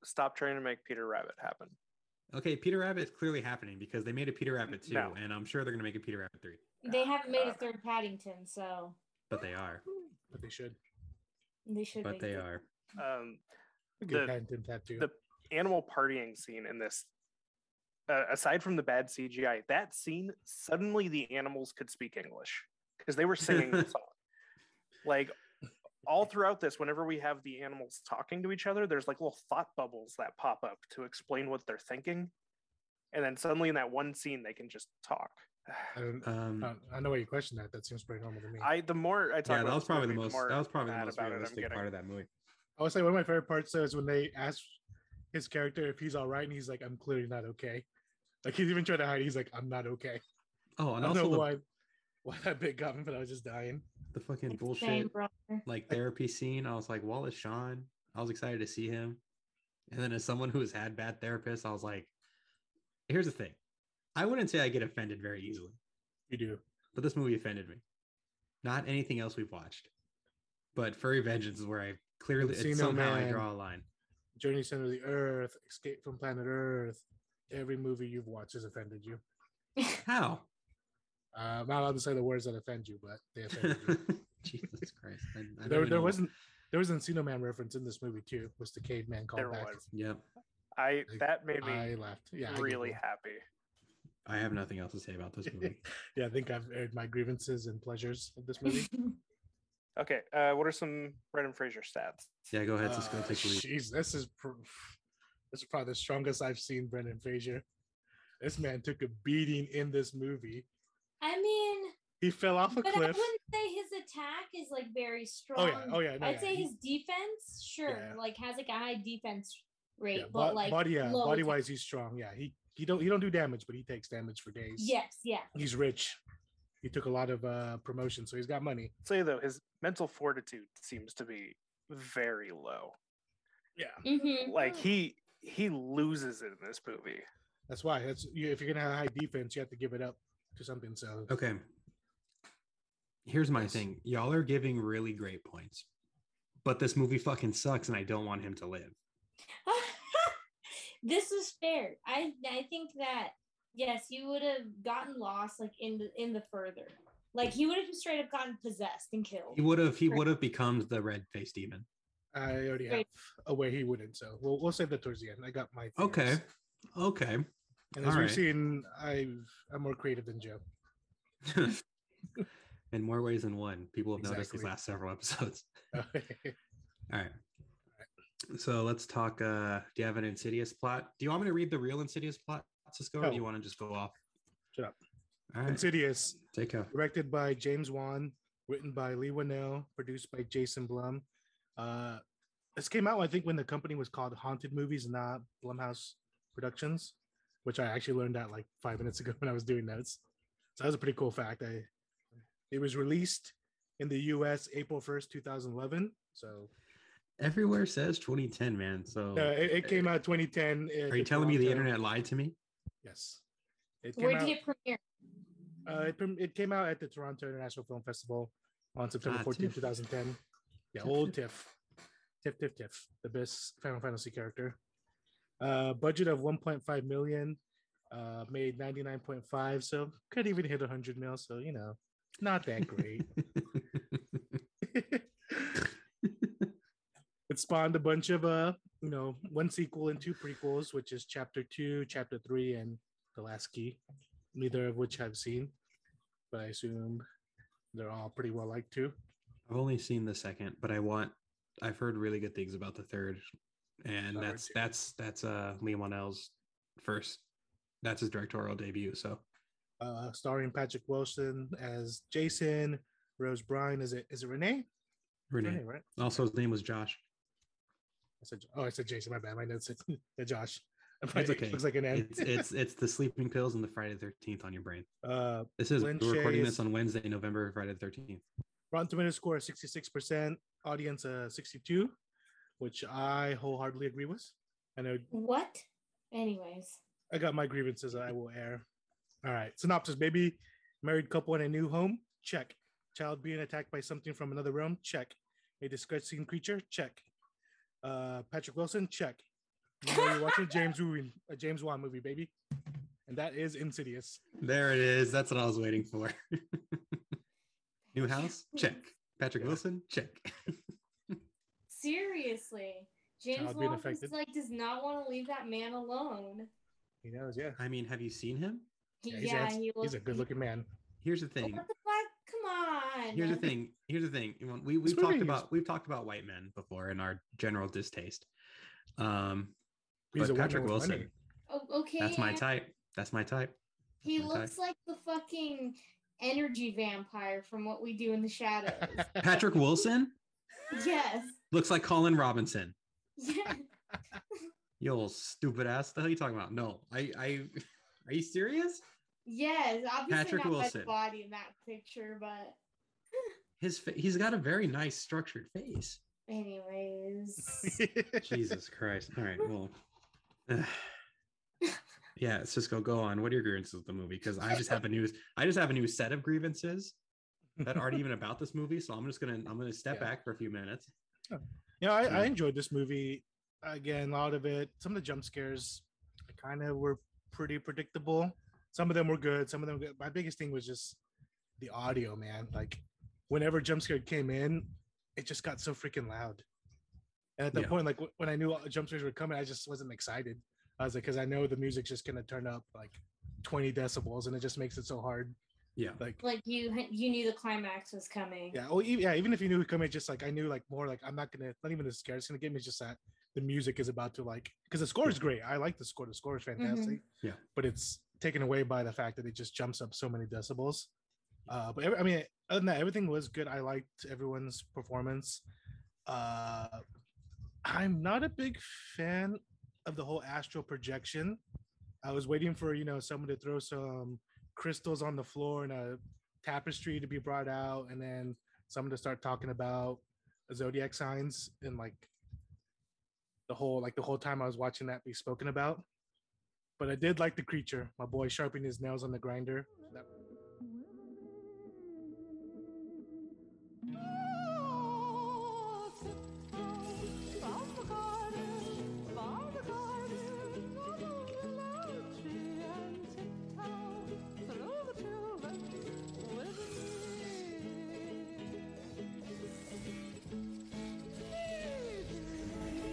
Speaker 5: stop trying to make Peter Rabbit happen.
Speaker 3: Okay, Peter Rabbit's clearly happening because they made a Peter Rabbit two,
Speaker 5: No.
Speaker 3: and I'm sure they're gonna make a Peter Rabbit three.
Speaker 6: They haven't made a
Speaker 5: God.
Speaker 6: third Paddington, so
Speaker 3: But they are.
Speaker 4: But they should.
Speaker 6: they should.
Speaker 3: But
Speaker 6: make
Speaker 3: they
Speaker 6: it.
Speaker 3: are.
Speaker 5: Um,
Speaker 4: Look at
Speaker 5: The-
Speaker 4: Paddington tattoo.
Speaker 5: the- animal partying scene in this, uh, aside from the bad CGI, that scene suddenly the animals could speak English because they were singing the
Speaker 3: (laughs)
Speaker 5: song. Like all throughout this, whenever we have the animals talking to each other, there's like little thought bubbles that pop up to explain what they're thinking, and then suddenly in that one scene, they can just talk.
Speaker 4: I, don't,
Speaker 5: Oh,
Speaker 3: Um,
Speaker 4: I, I know why you question that. That seems pretty normal to me. I,
Speaker 5: I the more I talk
Speaker 3: yeah,
Speaker 5: about
Speaker 3: that was
Speaker 5: this
Speaker 3: probably the
Speaker 5: movie,
Speaker 3: most
Speaker 5: more
Speaker 3: that was probably the
Speaker 5: mad
Speaker 3: most
Speaker 5: about it I'm
Speaker 3: realistic
Speaker 5: getting.
Speaker 3: part of that movie.
Speaker 4: I would say one of my favorite parts though is when they ask his character if he's all right, and he's like, "I'm clearly not okay." Like he's even trying to hide. He's like, "I'm not okay."
Speaker 3: Oh,
Speaker 4: I
Speaker 3: and
Speaker 4: don't know
Speaker 3: also the,
Speaker 4: why why that bit got me, but I was just dying.
Speaker 3: the fucking
Speaker 6: It's the same,
Speaker 3: bullshit
Speaker 6: brother.
Speaker 3: like therapy scene. I was like, Wallace Shawn. I was excited to see him. And then as someone who has had bad therapists, I was like, here's the thing. I wouldn't say I get offended very easily,
Speaker 4: You do.
Speaker 3: but this movie offended me. Not anything else we've watched. But Furry Vengeance is where I clearly it's
Speaker 4: Encino
Speaker 3: somehow I
Speaker 4: Man.
Speaker 3: draw a line.
Speaker 4: Journey Center of the Earth, Escape from Planet Earth. Every movie you've watched has offended you.
Speaker 3: How?
Speaker 4: Uh, I'm not allowed to say the words that offend you, but they offended
Speaker 3: (laughs)
Speaker 4: you.
Speaker 3: Jesus Christ. I- I don't
Speaker 4: there,
Speaker 3: even
Speaker 4: there
Speaker 3: know-
Speaker 4: wasn't there was an Encino Man reference in this movie too. Was the caveman called
Speaker 5: There
Speaker 4: back?
Speaker 5: was.
Speaker 3: Yep.
Speaker 5: I
Speaker 4: Like,
Speaker 5: that made me
Speaker 4: I laughed. Yeah, I
Speaker 5: really
Speaker 4: giggled.
Speaker 5: happy.
Speaker 3: I have nothing else to say about
Speaker 4: (laughs)
Speaker 3: this movie.
Speaker 4: Yeah, I think I've aired my grievances and pleasures of this
Speaker 3: (laughs)
Speaker 4: movie.
Speaker 5: Okay, uh, what are some Brendan Fraser stats?
Speaker 3: Yeah, go ahead. Let's go
Speaker 4: Uh,
Speaker 3: take a lead.
Speaker 4: jeez, this is pr- this is probably the strongest I've seen Brendan Fraser. This man took a beating in this movie.
Speaker 6: I mean,
Speaker 4: He fell off a
Speaker 6: but I
Speaker 4: cliff.
Speaker 6: wouldn't say his attack is like very strong.
Speaker 4: Oh yeah, oh yeah. no,
Speaker 6: I'd
Speaker 4: yeah.
Speaker 6: say
Speaker 4: He-
Speaker 6: his defense, sure,
Speaker 4: Yeah.
Speaker 6: like has like a high defense rate,
Speaker 4: yeah,
Speaker 6: but uh,
Speaker 4: bo-
Speaker 6: like
Speaker 4: body, yeah,
Speaker 6: low
Speaker 4: body
Speaker 6: attack.
Speaker 4: wise, he's strong. Yeah, he he don't he don't do damage, but he takes damage for days.
Speaker 6: Yes, yeah.
Speaker 4: he's rich. He took a lot of uh promotion, so he's got money.
Speaker 5: say though his mental fortitude seems to be very low.
Speaker 4: Yeah,
Speaker 6: Mm-hmm.
Speaker 5: Like he he loses it in this movie.
Speaker 4: that's why. That's you, if you're gonna have high defense, you have to give it up to something. So
Speaker 3: Okay. Here's my thing. Y'all are giving really great points, but this movie fucking sucks, and I don't want him to live.
Speaker 6: (laughs) this is fair. I I think that yes, you would have gotten lost like in the in the further. Like he would have just straight up gotten possessed and killed.
Speaker 3: He would have. He would have become the red faced demon.
Speaker 4: I already have
Speaker 6: Right.
Speaker 4: a way he wouldn't. So we'll we'll save that towards the end. I got my theories.
Speaker 3: Okay. Okay. (laughs)
Speaker 4: And as
Speaker 3: all
Speaker 4: we've
Speaker 3: right.
Speaker 4: seen, I've, I'm more creative than Joe. (laughs)
Speaker 3: In more ways than one, people have noticed these
Speaker 4: Exactly.
Speaker 3: last several episodes.
Speaker 4: I
Speaker 3: All right. So let's talk. Uh, do you have an Insidious plot? Do you want me to read the real Insidious plot, Cisco, or
Speaker 4: No.
Speaker 3: do you want to just go off?
Speaker 4: Shut up.
Speaker 3: All right.
Speaker 4: Insidious,
Speaker 3: Take care.
Speaker 4: directed by James Wan, written by Lee Winnell, produced by Jason Blum. Uh, this came out, I think, when the company was called Haunted Movies, not Blumhouse Productions, which I actually learned that like five minutes ago (laughs) when I was doing notes. So that was a pretty cool fact. I it was released in the U.S. April first, two thousand eleven. So
Speaker 3: Everywhere says 2010, man. So
Speaker 4: uh, it, it came out 2010.
Speaker 3: Oh. are you telling me the internet lied to me?
Speaker 4: Yes. It came
Speaker 6: Where
Speaker 4: out-
Speaker 6: did it premiere?
Speaker 4: Uh, it, prem- it came out at the Toronto International Film Festival on September
Speaker 3: Ah,
Speaker 4: 14,
Speaker 3: TIFF.
Speaker 4: 2010. Yeah,
Speaker 3: TIFF,
Speaker 4: old Tiff. Tiff, Tiff, Tiff, the best Final Fantasy character. Uh, budget of 1.5 million, uh, made 99.5, so could even hit 100 mil. So, you know, not
Speaker 3: (laughs)
Speaker 4: that great. (laughs) it spawned a bunch of, uh, you know, one sequel and two prequels, which is chapter two, chapter three, and The Last Key, neither of which I've seen, but I assume they're all pretty well liked too.
Speaker 3: I've only seen the second, but I want. I've heard really good things about the third, and
Speaker 4: I heard
Speaker 3: that's
Speaker 4: too.
Speaker 3: that's that's uh Liam Wannell's first. That's his directorial debut. So
Speaker 4: uh, starring Patrick Wilson as Jason, Rose Bryan is it is it Renee?
Speaker 3: Renee.
Speaker 4: right?
Speaker 3: Also, his name was Josh.
Speaker 4: I said oh I said Jason. My bad. My notes said (laughs) yeah, Josh.
Speaker 3: It's okay.
Speaker 4: Looks like an N.
Speaker 3: It's it's it's the sleeping pills and the Friday Thirteenth on your brain.
Speaker 4: (laughs) Uh,
Speaker 3: This is
Speaker 4: Lynn
Speaker 3: we're recording
Speaker 4: Shays.
Speaker 3: this on Wednesday, November Friday the Thirteenth.
Speaker 4: Rotten Tomatoes score sixty six percent, audience uh, sixty two, which I wholeheartedly agree with. I know
Speaker 6: What? Anyways,
Speaker 4: I got my grievances. that I will air. All right. Synopsis: Baby, married couple in a new home. Check. Child being attacked by something from another realm. Check. A disgusting creature. Check. Uh, Patrick Wilson. Check. You know you're watching James Wan, a James Wan movie, baby, and that is Insidious.
Speaker 3: There it is. That's what I was waiting for. (laughs) New house, check. Patrick
Speaker 4: Yeah.
Speaker 3: Wilson, check. (laughs)
Speaker 6: seriously, James
Speaker 4: Child being
Speaker 6: Wan
Speaker 4: affected.
Speaker 6: just, like does not want to leave that man alone.
Speaker 4: He knows, yeah.
Speaker 3: I mean, have you seen him?
Speaker 6: He-
Speaker 4: Yeah,
Speaker 6: Yeah,
Speaker 4: he's, ass-
Speaker 6: he
Speaker 4: he's
Speaker 6: looks.
Speaker 4: a good-looking man.
Speaker 3: Here's the
Speaker 6: What
Speaker 3: thing.
Speaker 6: the fuck? Come on.
Speaker 3: Here's the thing. Here's the thing. You want- We
Speaker 4: This
Speaker 3: we've talked
Speaker 4: movie is-
Speaker 3: about we've talked about white men before in our general distaste. Um,
Speaker 4: He's
Speaker 3: but
Speaker 4: a white man
Speaker 3: Patrick
Speaker 4: with
Speaker 3: Wilson,
Speaker 4: money.
Speaker 6: O- okay.
Speaker 3: that's my
Speaker 6: Ann.
Speaker 3: type. That's my
Speaker 4: (laughs)
Speaker 3: type.
Speaker 6: He
Speaker 3: Okay.
Speaker 6: looks like the fucking energy vampire from what we do in the shadows.
Speaker 3: (laughs) Patrick Wilson
Speaker 6: yes.
Speaker 3: looks like Colin Robinson.
Speaker 6: Yeah.
Speaker 3: You old stupid ass. The hell you talking about? No, I I (laughs) are you serious?
Speaker 6: Yes. Obviously
Speaker 3: Patrick
Speaker 6: not by
Speaker 3: Wilson.
Speaker 6: the body in that picture, but
Speaker 3: His fa- he's got a very nice structured face.
Speaker 6: anyways. (laughs)
Speaker 4: (laughs)
Speaker 3: Jesus Christ. All right. Well, (sighs) yeah, Cisco, go on. What are your grievances with the movie? Because I just have a new, I just have a new set of grievances that aren't even about this movie. So I'm just gonna, I'm gonna step
Speaker 4: Yeah.
Speaker 3: back for a few minutes.
Speaker 4: Yeah, I, I
Speaker 3: Yeah.
Speaker 4: enjoyed this movie. Again, a lot of it, some of the jump scares kind of were pretty predictable. Some of them were good. Some of them, were good. my biggest thing was just the audio, man. Like, whenever jump scare came in, it just got so freaking loud. And at that
Speaker 3: Yeah.
Speaker 4: point, like wh- when I knew all the jump scares were coming, I just wasn't excited. I was like, because I know the music's just gonna turn up like 20 decibels, and it just makes it so hard.
Speaker 3: Yeah.
Speaker 4: Like,
Speaker 6: like you you knew the climax was coming.
Speaker 4: yeah. Oh, e- yeah. Even if you knew it would come in, just like I knew, like more, like I'm not gonna, not even the scare it's gonna get me. Just that the music is about to like, because the score is great. I like the score. The score is fantastic.
Speaker 3: Yeah.
Speaker 4: But it's taken away by the fact that it just jumps up so many decibels. Uh, but every, I mean, other than that, everything was good. I liked everyone's performance. Uh, I'm not a big fan of the whole astral projection. I was waiting for you know someone to throw some crystals on the floor and a tapestry to be brought out, and then someone to start talking about zodiac signs and like the whole like the whole time I was watching that be spoken about. But I did like the creature. My boy sharpening his nails on the grinder. That-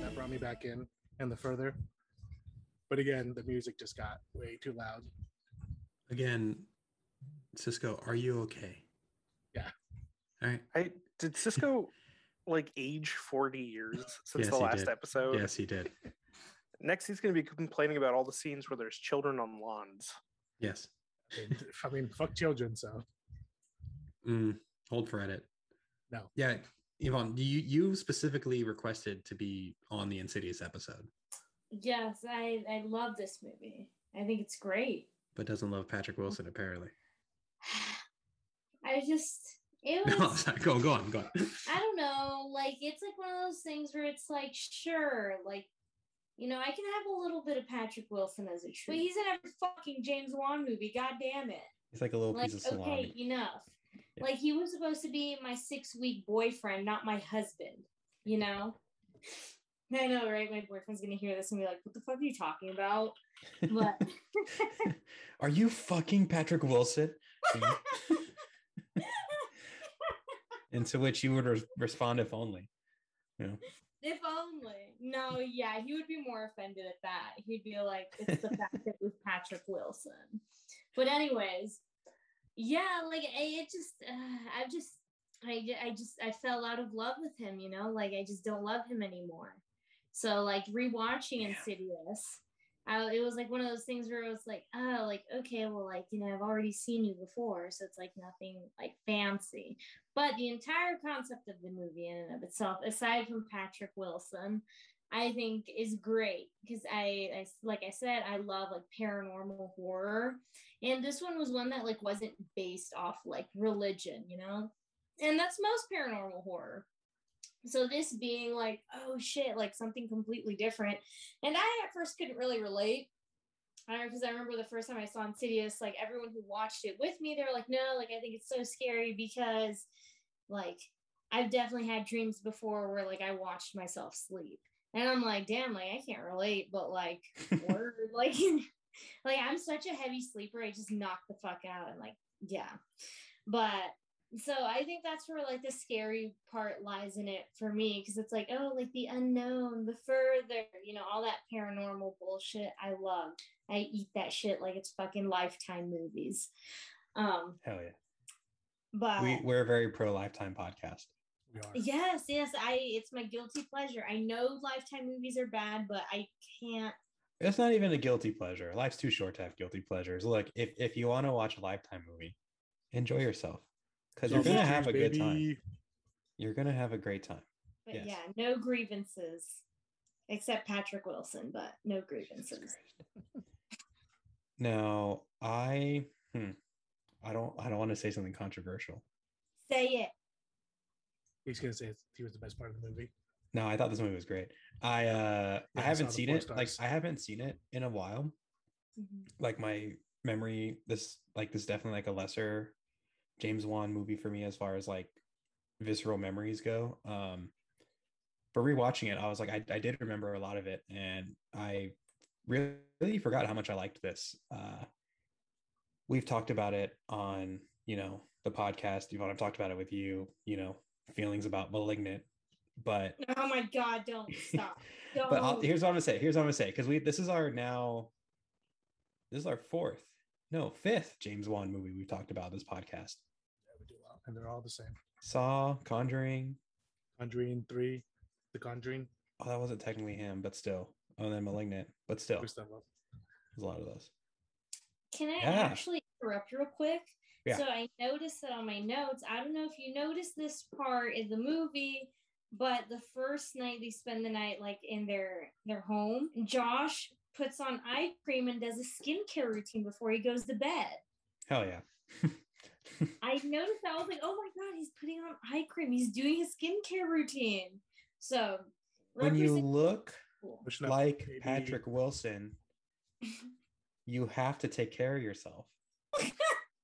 Speaker 4: that brought me back in and the further. But again, the music just got way too loud.
Speaker 3: Again, Cisco, are you okay?
Speaker 4: Yeah.
Speaker 3: All right.
Speaker 5: I did
Speaker 3: (laughs)
Speaker 5: Cisco like age 40 years since
Speaker 3: Yes,
Speaker 5: the
Speaker 3: he
Speaker 5: last
Speaker 3: did.
Speaker 5: episode.
Speaker 3: Yes, he did.
Speaker 5: Next he's gonna be complaining about all the scenes where there's children on lawns.
Speaker 3: Yes.
Speaker 4: I mean, I mean fuck children. So
Speaker 3: Mm, hold for edit.
Speaker 4: No.
Speaker 3: Yeah, Yvonne, you you specifically requested to be on the Insidious episode,
Speaker 6: Yes, I I love this movie. I think it's great.
Speaker 3: but doesn't love Patrick Wilson apparently.
Speaker 6: I just it
Speaker 3: (laughs) No,
Speaker 6: was
Speaker 3: go on, go on, go on.
Speaker 6: I don't know, like it's like one of those things where it's like sure, like you know, I can have a little bit of Patrick Wilson as a treat. But he's in every fucking James Wan movie, god damn it.
Speaker 3: It's like a little
Speaker 6: Like,
Speaker 3: piece of salami.
Speaker 6: okay, enough.
Speaker 3: Yeah.
Speaker 6: Like he was supposed to be my six week boyfriend, not my husband, you know? (laughs) I know, right? My boyfriend's gonna hear this and be like, what the fuck are you talking about? But
Speaker 3: Are you fucking Patrick Wilson? and to which you would res- respond if only.
Speaker 6: If only. No, yeah, he would be more offended at that. He'd be like, it's the fact that it was Patrick Wilson. But anyways, yeah, like I, it just, uh, I just, I, ju- I just, I fell out of love with him. You know, like I just don't love him anymore. So like rewatching Insidious, I, it was like one of those things where it was like, oh, like okay, well, like you know, I've already seen you before, so it's like nothing like fancy. But the entire concept of the movie in and of itself, aside from Patrick Wilson, I think is great because I, I, like I said, I love like paranormal horror, and this one was one that like wasn't based off like religion, you know, and that's most paranormal horror. So this being like, oh shit, like something completely different, and I at first couldn't really relate I don't know because I remember the first time I saw Insidious, like everyone who watched it with me, they were like, no, like I think it's so scary because like I've definitely had dreams before where like I watched myself sleep. And I'm like, damn, like I can't relate, but like word, like (laughs) like I'm such a heavy sleeper, I just knock the fuck out and like, yeah. But so I think that's where like the scary part lies in it for me because it's like, oh, like the unknown, the further, you know, all that paranormal bullshit I love. I eat that shit like it's fucking lifetime movies. Um,
Speaker 3: Hell yeah.
Speaker 6: but
Speaker 3: We, we're a very pro lifetime podcast.
Speaker 4: we are.
Speaker 6: yes, yes, I it's my guilty pleasure. I know lifetime movies are bad, but I can't
Speaker 3: It's not even a guilty pleasure. Life's too short to have guilty pleasures. Look, if, if you want to watch a lifetime movie, enjoy yourself because you're going to
Speaker 4: Self-hatred,
Speaker 3: have a good time.
Speaker 4: baby.
Speaker 3: You're going to have a great time.
Speaker 6: but
Speaker 3: Yes.
Speaker 6: yeah, no grievances except Patrick Wilson, but no (laughs) grievances.
Speaker 3: Now, I hmm, I don't I don't want to say something controversial.
Speaker 6: Say it.
Speaker 4: He's gonna say it's- he was the best part of the movie.
Speaker 3: No, I thought this movie was great. I uh
Speaker 4: Yeah,
Speaker 3: I
Speaker 4: I
Speaker 3: haven't
Speaker 4: saw the
Speaker 3: seen
Speaker 4: four
Speaker 3: it. Like
Speaker 4: stars.
Speaker 3: I haven't seen it in a while. Like my memory this like this is definitely like a lesser James Wan movie for me as far as like visceral memories go. Um but rewatching it, I was like I, I did remember a lot of it and I really forgot how much I liked this. Uh we've talked about it on, you know, the podcast. Yvonne, I've talked about it with you, you know, feelings about malignant, but
Speaker 6: Oh my god, don't stop. Don't
Speaker 3: but I'll, here's what I'm gonna say. Here's what I'm gonna say because we this is our now this is our fourth no fifth James Wan movie we've talked about this podcast.
Speaker 4: Yeah, we do well. And they're all the same.
Speaker 3: Saw, Conjuring.
Speaker 4: Conjuring three, The Conjuring,
Speaker 3: Oh, that wasn't technically him, but still. Oh, then Malignant, but still, there's
Speaker 4: Gustavo.
Speaker 3: a lot of those.
Speaker 6: Can I
Speaker 3: Yeah.
Speaker 6: actually interrupt real quick?
Speaker 3: Yeah.
Speaker 6: So I noticed that on my notes, I don't know if you noticed this part in the movie, but the first night they spend the night like in their their home, Josh puts on
Speaker 3: (laughs)
Speaker 6: eye cream and does a skincare routine before he goes to bed.
Speaker 3: Hell yeah.
Speaker 6: I noticed that. I was like, oh my God, he's putting on eye cream. He's doing his skincare routine. So,
Speaker 3: when you
Speaker 6: represent-
Speaker 3: look
Speaker 6: cool.
Speaker 4: Which now-
Speaker 3: like
Speaker 4: maybe-
Speaker 3: Patrick Wilson, you have to take care of yourself.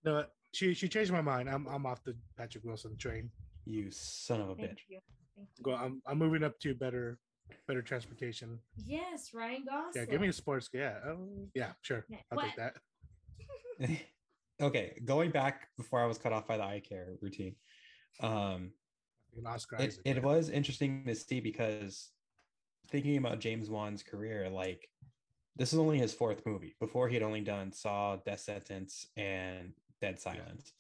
Speaker 4: No, she she changed my mind. I'm I'm off the Patrick Wilson train.
Speaker 3: You son of a bitch.
Speaker 6: Thank you. Thank you.
Speaker 4: Go. I'm I'm moving up to better better transportation.
Speaker 6: Yes, Ryan Gosling.
Speaker 4: Yeah, give me a sports. Yeah, um, yeah, sure.
Speaker 6: Okay,
Speaker 4: I'll
Speaker 6: what?
Speaker 4: take that.
Speaker 3: (laughs) okay, going back before I was cut off by the eye care routine. Um,
Speaker 4: An Oscar
Speaker 3: it,
Speaker 4: Isaac.
Speaker 3: it was interesting to see because thinking about James Wan's career, like this is only his fourth movie. Before he had only done Saw, Death Sentence, and Dead Silence.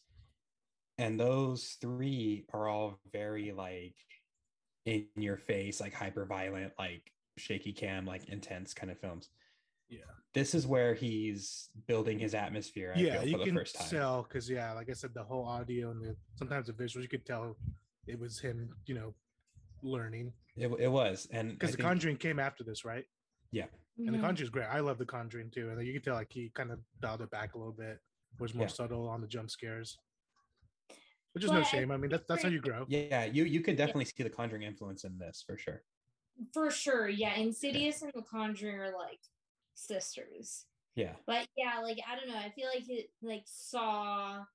Speaker 3: And those three are all very like in your face, like hyper violent, like shaky cam, like intense kind of films.
Speaker 4: Yeah.
Speaker 3: This is where he's building his atmosphere. I
Speaker 4: yeah,
Speaker 3: feel,
Speaker 4: you
Speaker 3: for the
Speaker 4: can
Speaker 3: first time.
Speaker 4: tell because yeah, like I said, the whole audio and the sometimes the visuals, you could tell it was him. You know, learning
Speaker 3: It, it was. And I
Speaker 4: because The
Speaker 3: think-
Speaker 4: Conjuring came after this, right? And
Speaker 6: Mhm.
Speaker 4: The Conjuring's great. I love The Conjuring too, and you can tell like he kind of dialed it back a little bit, was more
Speaker 3: Yeah.
Speaker 4: subtle on the jump scares. Which is
Speaker 6: Well,
Speaker 4: no
Speaker 6: I
Speaker 4: shame. I mean, that's that's how you grow.
Speaker 3: Yeah, you you could definitely see the Conjuring influence in this for sure.
Speaker 6: For sure. Yeah. Insidious and The Conjuring are like sisters.
Speaker 3: Yeah.
Speaker 6: But yeah, like, I don't know. I feel like it, like, Saw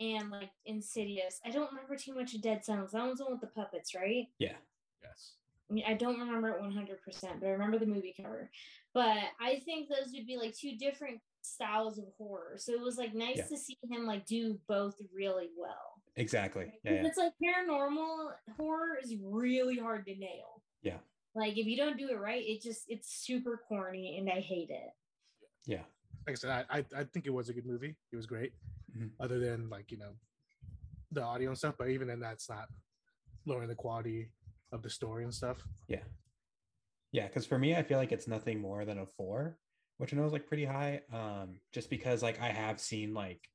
Speaker 6: and like Insidious. I don't remember too much of Dead Silence. That one's the one with the puppets, right?
Speaker 3: Yeah.
Speaker 4: Yes.
Speaker 6: I mean, I don't remember it 100%, but I remember the movie cover. But I think those would be like two different styles of horror. So it was like nice
Speaker 3: Yeah.
Speaker 6: to see him like do both really well.
Speaker 3: Exactly.
Speaker 6: Because
Speaker 3: Yeah. yeah.
Speaker 6: It's like paranormal horror is really hard to nail.
Speaker 3: Yeah.
Speaker 6: Like if you don't do it right, it just it's super corny and I hate it.
Speaker 3: Yeah.
Speaker 4: Like I said, I, I I think it was a good movie. It was great.
Speaker 3: Mhm.
Speaker 4: Other than like you know, the audio and stuff. But even then, that's not lowering the quality of the story and stuff.
Speaker 3: Yeah. Yeah. Cause for me, I feel like it's nothing more than a four, which I know is like pretty high. Um, just because like I have seen like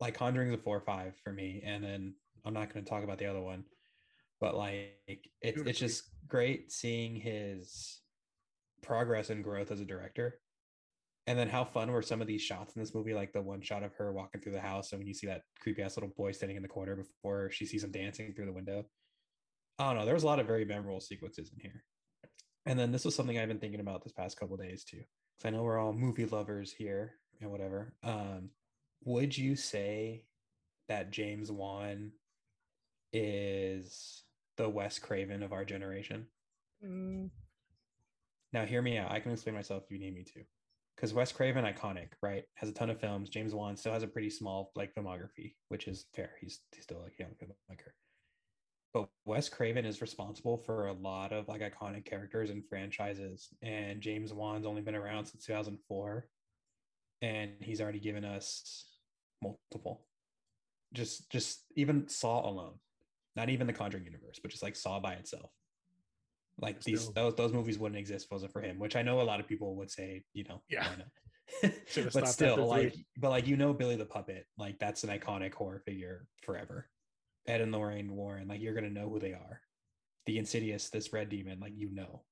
Speaker 3: like Conjuring's a four or five for me. And then I'm not gonna talk about the other one. But like it,
Speaker 4: Beautifully.
Speaker 3: it's just great seeing his progress and growth as a director. And then how fun were some of these shots in this movie, like the one shot of her walking through the house, and when you see that creepy ass little boy standing in the corner before she sees him dancing through the window. I don't know. There was a lot of very memorable sequences in here. And then this was something I've been thinking about this past couple days too. Because I know we're all movie lovers here and whatever. Um, would you say that James Wan is the Wes Craven of our generation? Now, hear me out. I can explain myself if you need me to. Because Wes Craven, iconic, right? Has a ton of films. James Wan still has a pretty small like filmography, which is fair. He's, he's still like a young filmmaker. But Wes Craven is responsible for a lot of like iconic characters and franchises. And James Wan's only been around since 2004, and he's already given us multiple. Just, just even Saw alone, not even the Conjuring universe, but just like Saw by itself. Like these,
Speaker 4: Still-
Speaker 3: those those movies wouldn't exist if it wasn't for him. Which I know a lot of people would say, you know,
Speaker 4: Yeah.
Speaker 3: why not?
Speaker 4: (laughs)
Speaker 3: (laughs)
Speaker 4: Should've
Speaker 3: but
Speaker 4: stopped after
Speaker 3: still, like,
Speaker 4: three.
Speaker 3: but like you know, Billy the Puppet, like that's an iconic horror figure forever. Ed and Lorraine Warren, like you're gonna know who they are. The Insidious, this Red Demon, like you know.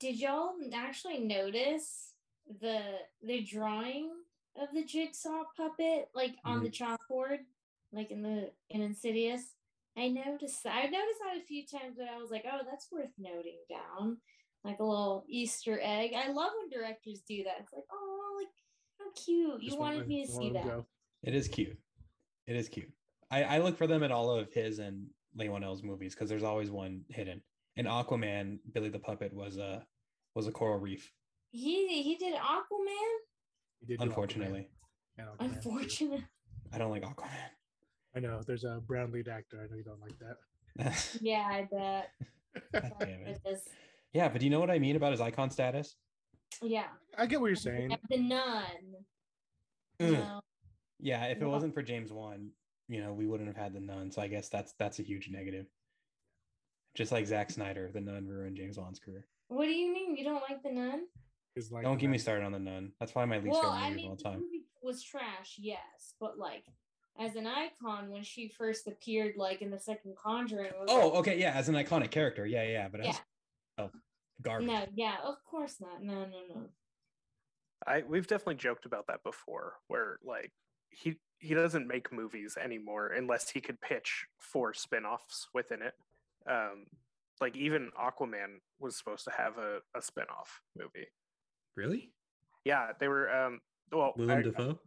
Speaker 6: Did y'all actually notice the the drawing of the jigsaw puppet like on the
Speaker 4: Mm-hmm.
Speaker 6: chalkboard, like in the in Insidious? I noticed that. I noticed that a few times, but I was like, oh, that's worth noting down, like a little Easter egg. I love when directors do that. It's like, oh, like how cute! You
Speaker 4: Just
Speaker 6: wanted
Speaker 4: let-
Speaker 6: me to
Speaker 4: let
Speaker 6: see
Speaker 4: him
Speaker 6: that.
Speaker 4: go.
Speaker 3: It is cute. It is cute. I, I look for them in all of his and Leonel's movies because there's always one hidden. In Aquaman, Billy the Puppet was a was a coral reef,
Speaker 6: He he did Aquaman.
Speaker 4: He did do Aquaman
Speaker 3: unfortunately.
Speaker 4: and Aquaman too.
Speaker 6: Unfortunately,
Speaker 3: I don't like Aquaman. (laughs)
Speaker 4: I know there's a brown lead actor. I know you don't like that.
Speaker 3: God
Speaker 6: yeah, I bet.
Speaker 3: damn it.
Speaker 6: It is-
Speaker 3: Yeah, but do you know what I mean about his icon status?
Speaker 6: Yeah,
Speaker 4: I get what you're saying.
Speaker 6: the nun.
Speaker 3: Ugh.
Speaker 6: No.
Speaker 3: Yeah, if it
Speaker 6: Yeah.
Speaker 3: wasn't for James Wan, you know, we wouldn't have had the nun. So I guess that's that's a huge negative. Just like Zack Snyder, the nun ruined James Wan's career.
Speaker 6: What do you mean you don't like the nun?
Speaker 4: Is like
Speaker 3: Don't get me
Speaker 4: that.
Speaker 3: started on the nun. That's probably my least
Speaker 6: Well,
Speaker 3: favorite movie
Speaker 6: I
Speaker 3: of
Speaker 6: mean,
Speaker 3: all
Speaker 6: the
Speaker 3: time.
Speaker 6: movie was trash, yes, but like as an icon, when she first appeared, like in the second Conjuring, it was
Speaker 3: Oh, okay, yeah, as an iconic character, yeah, yeah, but as
Speaker 6: Yeah.
Speaker 3: oh, garbage.
Speaker 6: like, no, yeah, of course not, no, no, no.
Speaker 5: I we've definitely joked about that before, where like he he doesn't make movies anymore unless he could pitch four spin-offs within it. Um, like even Aquaman was supposed to have a, a spin-off movie.
Speaker 3: Really?
Speaker 5: Yeah, they were um well
Speaker 3: Willem
Speaker 5: I-
Speaker 3: Dafoe?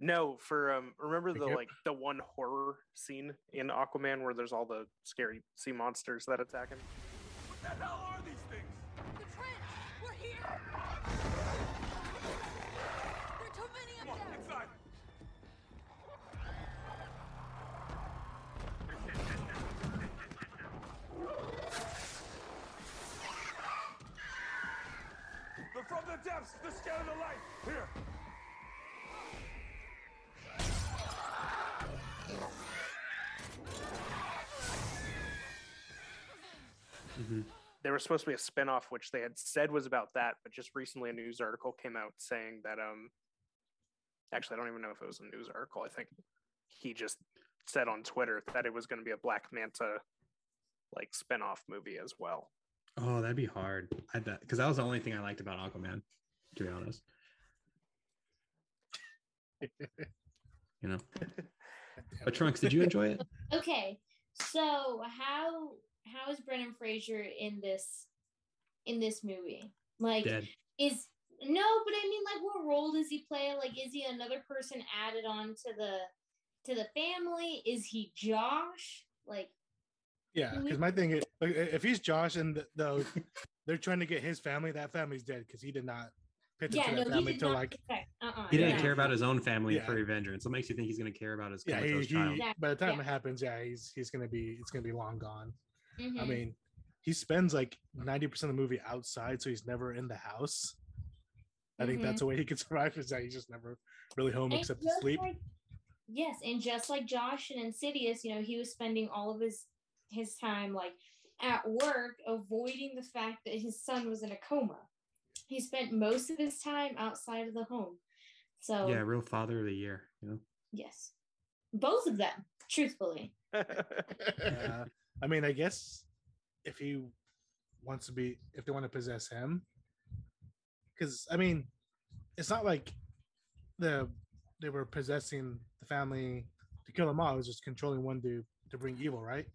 Speaker 5: no, for um remember the
Speaker 3: Yep.
Speaker 5: like the one horror scene in Aquaman where there's all the scary sea monsters that attack him?
Speaker 7: The trench! We're here! There are too many of them!
Speaker 8: They're from the depths! They're scared of the light! Here!
Speaker 3: Mhm.
Speaker 5: There was supposed to be a spin-off which they had said was about that, but just recently a news article came out saying that um actually I don't even know if it was a news article. I think he just said on Twitter that it was going to be a Black Manta like spin-off movie as well. (laughs)
Speaker 3: Oh, that'd be hard. I bet because that was the only thing I liked about Aquaman, to be
Speaker 6: (laughs)
Speaker 3: honest. you know, but Trunks, did you enjoy it?
Speaker 6: Okay, so how how is Brendan Fraser in this in this movie? Like,
Speaker 3: Dead.
Speaker 6: is no, but I mean, like, what role does he play? Like, is he another person added on to the to the family? Is he Josh? Like,
Speaker 4: Yeah, because my thing is, like, if he's Josh and the, the they're trying to get his family, that family's dead because he did not pitch
Speaker 6: yeah,
Speaker 4: it to
Speaker 6: no,
Speaker 4: that
Speaker 6: he
Speaker 4: family
Speaker 6: did
Speaker 4: until
Speaker 6: not.
Speaker 4: like
Speaker 6: okay, uh-uh,
Speaker 3: He didn't
Speaker 6: yeah.
Speaker 3: care about his own family
Speaker 4: Yeah.
Speaker 3: for vengeance. What makes you think he's going to care about his
Speaker 4: yeah, he,
Speaker 3: comatose
Speaker 4: he,
Speaker 3: child?
Speaker 4: by the time
Speaker 6: Yeah.
Speaker 4: it happens, yeah, he's he's gonna be it's gonna be long gone.
Speaker 6: Mhm.
Speaker 4: I mean, he spends like ninety percent of the movie outside, so he's never in the house. I think that's the way he can (laughs) survive is that he's just never really home
Speaker 6: And
Speaker 4: except to
Speaker 6: just
Speaker 4: sleep.
Speaker 6: like- yes, and just like Josh and Insidious, you know, he was spending all of his his time like at work, avoiding the fact that his son was in a coma. He spent most of his time outside of the home. So
Speaker 3: Yeah, real father of the year. You
Speaker 4: (laughs)
Speaker 3: know,
Speaker 6: yes, both of them, truthfully.
Speaker 4: Uh, I mean, I guess if he wants to be, if they want to possess him, because I mean, it's not like the they were possessing the family to kill them all. It was just controlling one to to bring evil, right?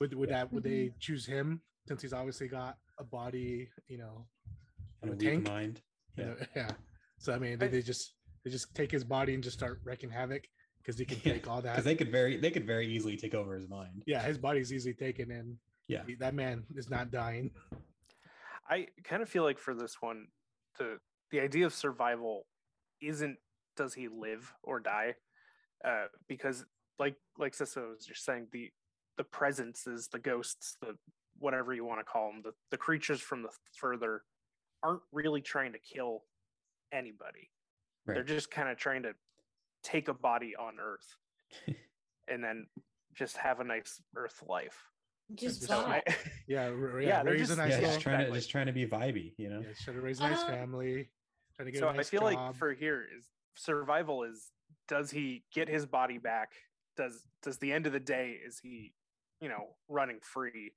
Speaker 4: Would would that would they choose him since he's obviously got a body, you know,
Speaker 9: and a
Speaker 4: A
Speaker 9: weak
Speaker 4: tank?
Speaker 9: mind.
Speaker 4: you
Speaker 9: Yeah.
Speaker 4: know, (laughs) yeah. So I mean, they, they just they just take his body and just start wrecking havoc because he can take all that.
Speaker 9: Because they could very they could very easily take over his mind.
Speaker 4: yeah, his body's easily taken, and
Speaker 9: Yeah.
Speaker 4: he- that man is not dying.
Speaker 5: I kind of feel like for this one, the the idea of survival isn't does he live or die, uh, because like like Sissa was just saying, the the presences, the ghosts, the whatever you want to call them, the the creatures from the further aren't really trying to kill anybody. They're
Speaker 9: Right.
Speaker 5: just kind of trying to take a body on Earth, and then just have a nice Earth life.
Speaker 6: Just
Speaker 5: So I-
Speaker 6: vibe.
Speaker 5: (laughs)
Speaker 4: Yeah, r-
Speaker 5: Yeah,
Speaker 4: yeah,
Speaker 5: they're
Speaker 4: raise
Speaker 5: just-
Speaker 4: a nice
Speaker 9: yeah,
Speaker 4: little,
Speaker 9: just trying to
Speaker 5: Exactly.
Speaker 9: just trying to be vibey, you know.
Speaker 4: yeah, just trying to raise a nice
Speaker 6: Uh,
Speaker 4: family, trying to get
Speaker 5: so
Speaker 4: a nice
Speaker 5: I feel
Speaker 4: job.
Speaker 5: like for here is survival is does he get his body back? Does does the end of the day is he, you know, running free?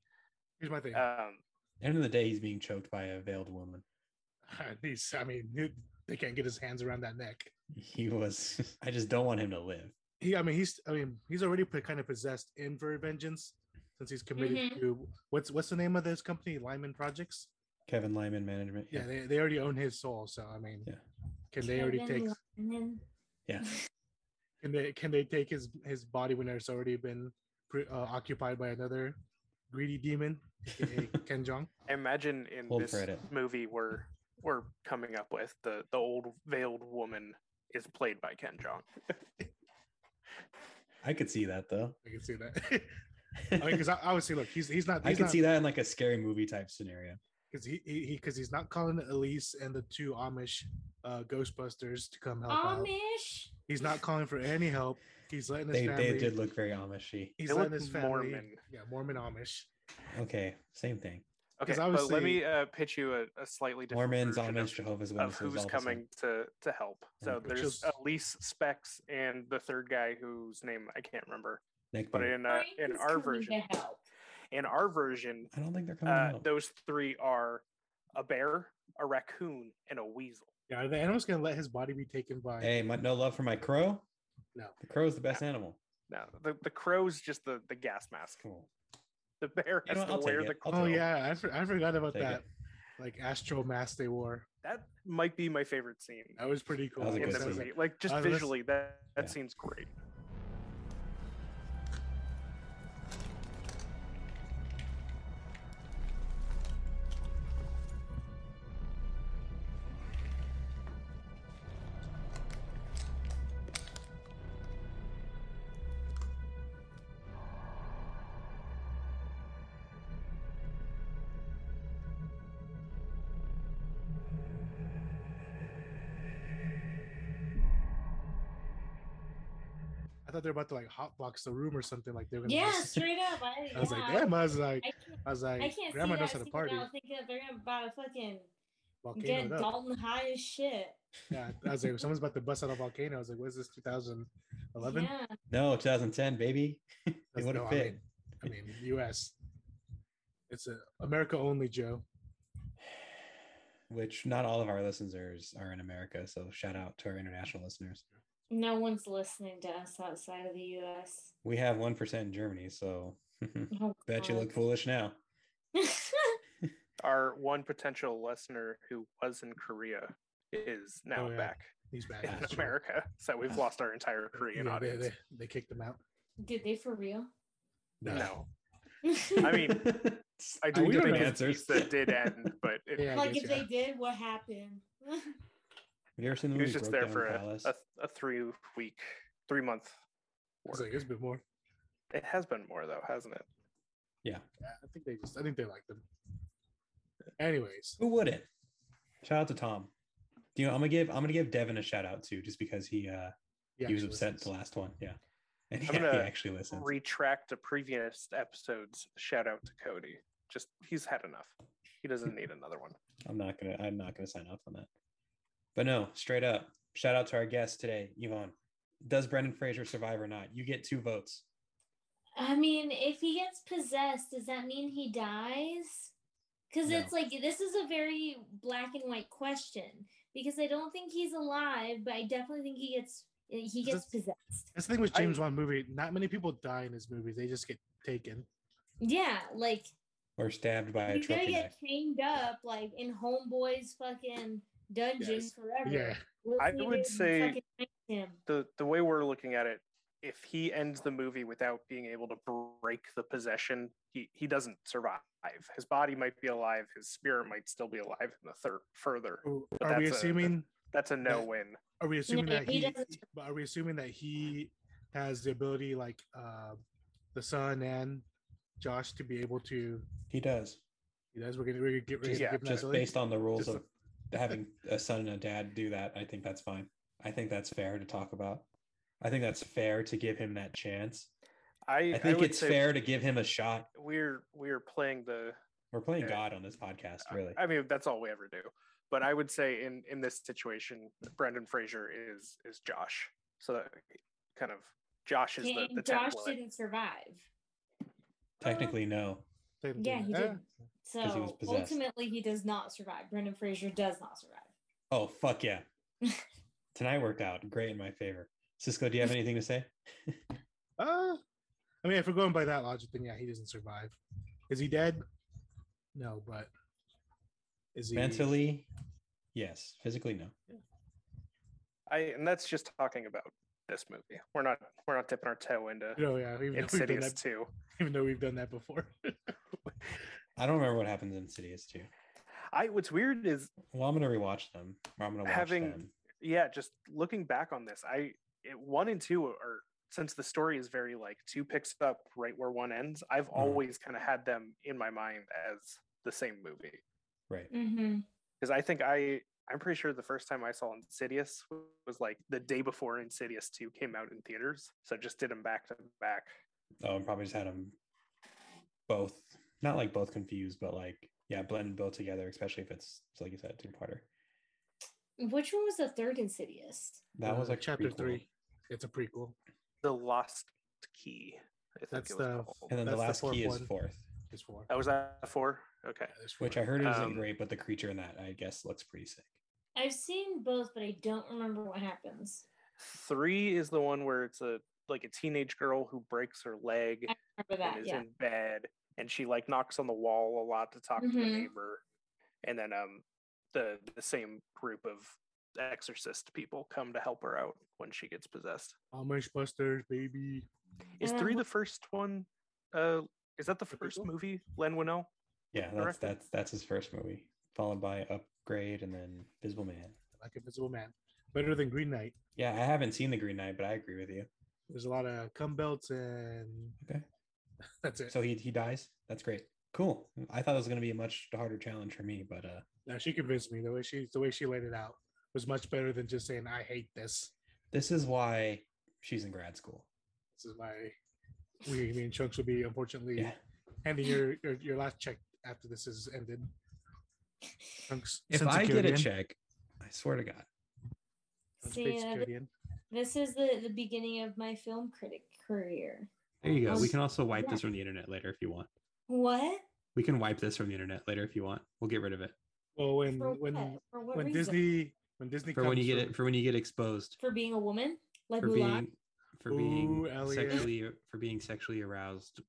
Speaker 4: here's my thing.
Speaker 5: Um,
Speaker 9: End of the day, he's being choked by a veiled woman.
Speaker 4: (laughs) He's, I mean, he- they can't get his hands around that neck.
Speaker 9: He was. (laughs) I just don't want him to live.
Speaker 4: He, I mean, he's, I mean, he's already put, kind of possessed in for vengeance since he's committed
Speaker 6: Mhm.
Speaker 4: to what's what's the name of this company, Lyman Projects.
Speaker 9: Kevin Lyman management.
Speaker 4: Yeah, they, they already own his soul, so I mean,
Speaker 9: Yeah.
Speaker 4: can they already take
Speaker 6: Kevin Lyman.
Speaker 9: Yeah.
Speaker 4: can they can they take his his body when it's already been pre, uh, occupied by another greedy demon, aka Ken Jong?
Speaker 5: I imagine in
Speaker 9: Hold
Speaker 5: this
Speaker 9: for edit.
Speaker 5: movie we're we're coming up with the the old veiled woman is played by Ken Jong.
Speaker 9: I could see that though.
Speaker 4: I can see that. (laughs) I mean,
Speaker 9: (laughs)
Speaker 4: because obviously, look, he's he's not.
Speaker 9: I
Speaker 4: He's
Speaker 9: could
Speaker 4: not,
Speaker 9: see that in like a scary movie type scenario.
Speaker 4: because he he because he's not calling Elise and the two Amish uh, Ghostbusters to come help out.
Speaker 6: Amish.
Speaker 4: He's not calling for any help. He's letting his
Speaker 9: They
Speaker 4: family.
Speaker 9: they did look very Amishy.
Speaker 4: He's
Speaker 5: They
Speaker 4: letting
Speaker 5: look
Speaker 4: his family.
Speaker 5: Mormon.
Speaker 4: Yeah, Mormon Amish.
Speaker 9: Okay, same thing.
Speaker 5: Okay,
Speaker 4: 'Cause
Speaker 5: but let
Speaker 4: obviously-
Speaker 5: me uh, pitch you a, a slightly different
Speaker 9: Mormons,
Speaker 5: version
Speaker 9: Amish,
Speaker 5: of,
Speaker 9: Jehovah's
Speaker 5: of
Speaker 9: Witnesses. all
Speaker 5: who's
Speaker 9: the
Speaker 5: coming
Speaker 9: same.
Speaker 5: to to help. So
Speaker 9: Which
Speaker 5: there's
Speaker 4: is-
Speaker 5: Elise Specs and the third guy whose name I can't remember,
Speaker 9: Nick
Speaker 5: but
Speaker 9: Bone.
Speaker 5: in uh,
Speaker 6: Frank
Speaker 5: in
Speaker 6: is
Speaker 5: our
Speaker 6: coming to
Speaker 5: version,
Speaker 4: (laughs)
Speaker 6: help.
Speaker 5: in our version,
Speaker 9: I don't think they're coming.
Speaker 5: uh,
Speaker 3: Oh.
Speaker 9: out.
Speaker 5: those three are a bear, a raccoon, and a weasel.
Speaker 4: Yeah, are the animals gonna let his body be taken by?
Speaker 9: Hey, my, no love for my crow.
Speaker 4: No.
Speaker 3: The crow is the best animal.
Speaker 5: No, the, the crow's just the, the gas mask.
Speaker 3: Cool.
Speaker 5: The bear
Speaker 3: You
Speaker 5: has
Speaker 3: know what, I'll
Speaker 5: to
Speaker 3: take
Speaker 5: wear
Speaker 3: it.
Speaker 5: the
Speaker 3: I'll
Speaker 4: oh
Speaker 3: take it.
Speaker 4: yeah, I, for- I forgot about
Speaker 3: Take it.
Speaker 4: that. Like Astro mask they wore.
Speaker 5: that might be my favorite scene
Speaker 4: That was pretty cool.
Speaker 3: was a
Speaker 5: in
Speaker 3: good
Speaker 5: the
Speaker 3: scene.
Speaker 5: movie. Like just
Speaker 4: Uh, that's-
Speaker 5: visually, that that
Speaker 3: Yeah.
Speaker 5: seems great.
Speaker 4: I thought they were about to like hotbox the room or something. Like they were. gonna
Speaker 6: Yeah,
Speaker 4: just-
Speaker 6: straight up. I,
Speaker 4: I was like,
Speaker 6: yeah,
Speaker 4: damn. I was like,
Speaker 6: I can't,
Speaker 4: I was
Speaker 6: I
Speaker 4: like,
Speaker 6: can't
Speaker 4: Grandma
Speaker 6: see that
Speaker 4: knows how to
Speaker 6: scene
Speaker 4: party.
Speaker 6: now thinking that they're gonna buy a fucking
Speaker 4: Volcano
Speaker 6: get
Speaker 4: it up.
Speaker 6: Dalton high as shit.
Speaker 4: Yeah, I was like, someone's about to bust out a volcano. I was like, what is this? 2011.
Speaker 6: Yeah.
Speaker 3: No, 2010, baby. (laughs) it
Speaker 4: That's-
Speaker 3: would
Speaker 4: no,
Speaker 3: have
Speaker 4: I
Speaker 3: fit.
Speaker 4: mean- I mean, U.S. It's a America only, Joe.
Speaker 3: Which not all of our listeners are in America, so shout out to our international listeners.
Speaker 6: No one's listening to us outside of the U.S.
Speaker 3: We have one percent in Germany, so (laughs)
Speaker 6: Oh,
Speaker 3: bet you
Speaker 6: God.
Speaker 3: look foolish now.
Speaker 5: Our one potential listener who was in Korea is now
Speaker 4: Oh, yeah.
Speaker 5: back
Speaker 4: These bad
Speaker 5: in America, so we've lost our entire Korean
Speaker 4: Yeah, they,
Speaker 5: audience.
Speaker 4: they, they kicked them out.
Speaker 6: (laughs) Did they for real?
Speaker 5: No, I
Speaker 3: (laughs)
Speaker 5: mean, I do
Speaker 4: we don't
Speaker 5: think
Speaker 4: know
Speaker 5: it's
Speaker 3: answers.
Speaker 5: piece that did end, but
Speaker 3: (laughs)
Speaker 5: it,
Speaker 4: Yeah, I
Speaker 6: (laughs) like
Speaker 4: guess,
Speaker 6: if
Speaker 4: yeah.
Speaker 6: they did, what happened? (laughs)
Speaker 3: Have you ever seen the
Speaker 5: he was
Speaker 3: movie
Speaker 5: just
Speaker 3: Broke
Speaker 5: there
Speaker 3: Down
Speaker 5: for a,
Speaker 3: Palace?
Speaker 5: a, a three week, three month.
Speaker 4: It's like it's been more.
Speaker 5: It has been more though, hasn't it?
Speaker 4: Yeah, I think they just. I think they like them. Anyways,
Speaker 3: Who wouldn't? Shout out to Tom. Do you know I'm gonna give I'm gonna give Devin a shout out too, just because he uh
Speaker 4: yeah,
Speaker 3: he was
Speaker 4: actually,
Speaker 3: upset at
Speaker 4: listens.
Speaker 3: the last one. Yeah. (laughs) And
Speaker 5: I'm
Speaker 3: yeah, he
Speaker 5: gonna
Speaker 3: actually listens.
Speaker 5: Retract a previous episode's shout out to Cody. Just he's had enough. He doesn't need another one.
Speaker 3: I'm not gonna I'm not gonna sign off on that. But no, straight up, shout out to our guest today, Yvonne. Does Brendan Fraser survive or not? You get two votes.
Speaker 6: I mean, if he gets possessed, does that mean he dies? Because
Speaker 3: No.
Speaker 6: it's like this is a very black and white question. Because I don't think he's alive, but I definitely think he gets eh, he
Speaker 4: That's-
Speaker 6: gets possessed.
Speaker 4: That's the thing with
Speaker 5: I-
Speaker 4: James Wan movie. Not many people die in his movies. They just get taken.
Speaker 6: Yeah, like
Speaker 3: Or stabbed by a
Speaker 6: you're gonna
Speaker 3: trophy
Speaker 6: get
Speaker 3: knife.
Speaker 6: chained up like in homeboy's fucking dungeon
Speaker 4: Yes.
Speaker 6: forever.
Speaker 4: Yeah,
Speaker 5: I
Speaker 6: listening
Speaker 5: would
Speaker 6: to
Speaker 5: say-
Speaker 6: fucking knife him.
Speaker 5: The the way we're looking at it, if he ends the movie without being able to break the possession, he he doesn't survive. His body might be alive. His spirit might still be alive in the third further.
Speaker 4: Are
Speaker 5: But
Speaker 4: we
Speaker 5: that's a-
Speaker 4: assuming?
Speaker 5: That's a no
Speaker 4: Yeah.
Speaker 5: win.
Speaker 4: Are we assuming
Speaker 6: No,
Speaker 4: that
Speaker 6: he
Speaker 4: he?
Speaker 6: doesn't-
Speaker 4: But are we assuming that he has the ability, like uh, the son and Josh, to be able to?
Speaker 3: He does.
Speaker 4: You guys, we're gonna, we're gonna get ready
Speaker 3: Just,
Speaker 4: to
Speaker 5: Yeah,
Speaker 4: give him that
Speaker 3: just
Speaker 4: ability.
Speaker 3: based on the rules
Speaker 4: Just
Speaker 3: of having a son and a dad do that, I think that's fine. I think that's fair to talk about. I think that's fair to give him that chance.
Speaker 5: I
Speaker 3: I think
Speaker 5: would
Speaker 3: it's
Speaker 5: say
Speaker 3: fair to give him a shot.
Speaker 5: We're we're playing the
Speaker 3: We're playing
Speaker 5: Yeah.
Speaker 3: God on this podcast, really.
Speaker 5: I mean, that's all we ever do. But I would say in in this situation, Brendan Fraser is is Josh. So that kind of Josh is the, the
Speaker 6: And Josh
Speaker 5: template.
Speaker 6: didn't survive.
Speaker 3: Technically, no.
Speaker 4: Same
Speaker 6: Yeah,
Speaker 4: thing.
Speaker 6: he
Speaker 4: Eh,
Speaker 6: did.
Speaker 3: he was
Speaker 6: So
Speaker 3: possessed.
Speaker 6: ultimately, he does not survive. Brendan Fraser does not survive.
Speaker 3: Oh fuck yeah! Tonight worked out great in my favor. Cisco, do you have anything to
Speaker 4: (laughs)
Speaker 3: say?
Speaker 4: Uh, I mean, if we're going by that logic, then yeah, he doesn't survive. Is he dead? No, but is he
Speaker 3: Mentally, yes. Physically, no.
Speaker 5: I and that's just talking about this movie. We're not we're not dipping our toe into
Speaker 4: You know, yeah, even though, we've done
Speaker 5: Insidious
Speaker 4: that,
Speaker 5: too.
Speaker 4: even though we've done that before.
Speaker 3: I don't remember what happens in Insidious too.
Speaker 5: I what's weird is
Speaker 3: Well, I'm gonna rewatch them. Or I'm gonna watch
Speaker 5: Having-
Speaker 3: them.
Speaker 5: yeah, just looking back on this, I it, one and two are since the story is very like two picks up right where one ends. I've
Speaker 4: Mm-hmm.
Speaker 5: always kind of had them in my mind as the same movie.
Speaker 3: Right.
Speaker 6: Mm-hmm.
Speaker 5: because I think I I'm pretty sure the first time I saw Insidious was like the day before Insidious Two came out in theaters, so I just did them back to back.
Speaker 3: Oh, and probably just had them both, not like both confused, but like yeah, blended both together. Especially if it's so like you said, two parter.
Speaker 6: Which one was the third Insidious?
Speaker 3: That was
Speaker 4: Uh,
Speaker 3: like
Speaker 4: chapter
Speaker 3: prequel.
Speaker 4: three. It's a prequel.
Speaker 5: The Lost Key, I think
Speaker 4: That's
Speaker 5: it was
Speaker 4: the-
Speaker 5: called.
Speaker 3: And then
Speaker 4: That's
Speaker 3: the
Speaker 4: the
Speaker 3: last
Speaker 4: fourth
Speaker 3: key is
Speaker 4: one.
Speaker 3: fourth,
Speaker 4: It's four.
Speaker 5: Oh, was that four? Okay,
Speaker 4: Yeah, there's
Speaker 3: which
Speaker 4: four.
Speaker 3: I heard isn't
Speaker 5: Um,
Speaker 3: great, but the creature in that I guess looks pretty sick.
Speaker 6: I've seen both, but I don't remember what happens.
Speaker 5: Three is the one where it's a like a teenage girl who breaks her leg
Speaker 6: Remember that?
Speaker 5: and is
Speaker 6: Yeah.
Speaker 5: in bed, and she like knocks on the wall a lot to talk to the
Speaker 6: Mhm.
Speaker 5: neighbor, and then um the the same group of exorcist people come to help her out when she gets possessed.
Speaker 4: Amish Busters, baby.
Speaker 5: Is
Speaker 6: Um,
Speaker 5: three the first one? Uh, is that the first movie Len Winnell?
Speaker 9: Yeah, that's
Speaker 5: Directed.
Speaker 9: that's that's his first movie, followed by Upgrade and then Visible Man.
Speaker 4: Like Invisible Man. Better than Green Knight.
Speaker 9: Yeah, I haven't seen The Green Knight, but I agree with you.
Speaker 4: There's a lot of cum belts and
Speaker 9: Okay.
Speaker 4: (laughs) that's it.
Speaker 9: So he he dies. That's great. Cool. I thought it was gonna be a much harder challenge for me, but uh
Speaker 4: No, she convinced me the way she the way she laid it out was much better than just saying I hate this.
Speaker 9: this is why she's in grad school.
Speaker 4: This is why we me and Chunks will be unfortunately
Speaker 9: Yeah.
Speaker 4: handing your, your your last check after this is ended. Chunks,
Speaker 9: If
Speaker 4: send
Speaker 9: I get a
Speaker 4: security in.
Speaker 9: check, I swear to God.
Speaker 4: Chunks,
Speaker 6: See,
Speaker 4: paid
Speaker 6: uh,
Speaker 4: security in.
Speaker 6: This is the the beginning of my film critic career.
Speaker 3: There you go. We
Speaker 6: Um,
Speaker 3: can also wipe this from the internet later if you want.
Speaker 6: What?
Speaker 3: We can wipe this from the internet later if you want. We'll get rid of it
Speaker 4: Well, when
Speaker 6: For
Speaker 4: when
Speaker 6: what? For what
Speaker 4: when
Speaker 6: reason?
Speaker 4: Disney when Disney
Speaker 3: for when
Speaker 4: comes
Speaker 3: you get
Speaker 4: for-
Speaker 3: it for when you get exposed
Speaker 6: for being a woman, like
Speaker 3: for
Speaker 6: Mulan.
Speaker 3: being for being
Speaker 4: Ooh, Elliot.
Speaker 3: sexually for being sexually aroused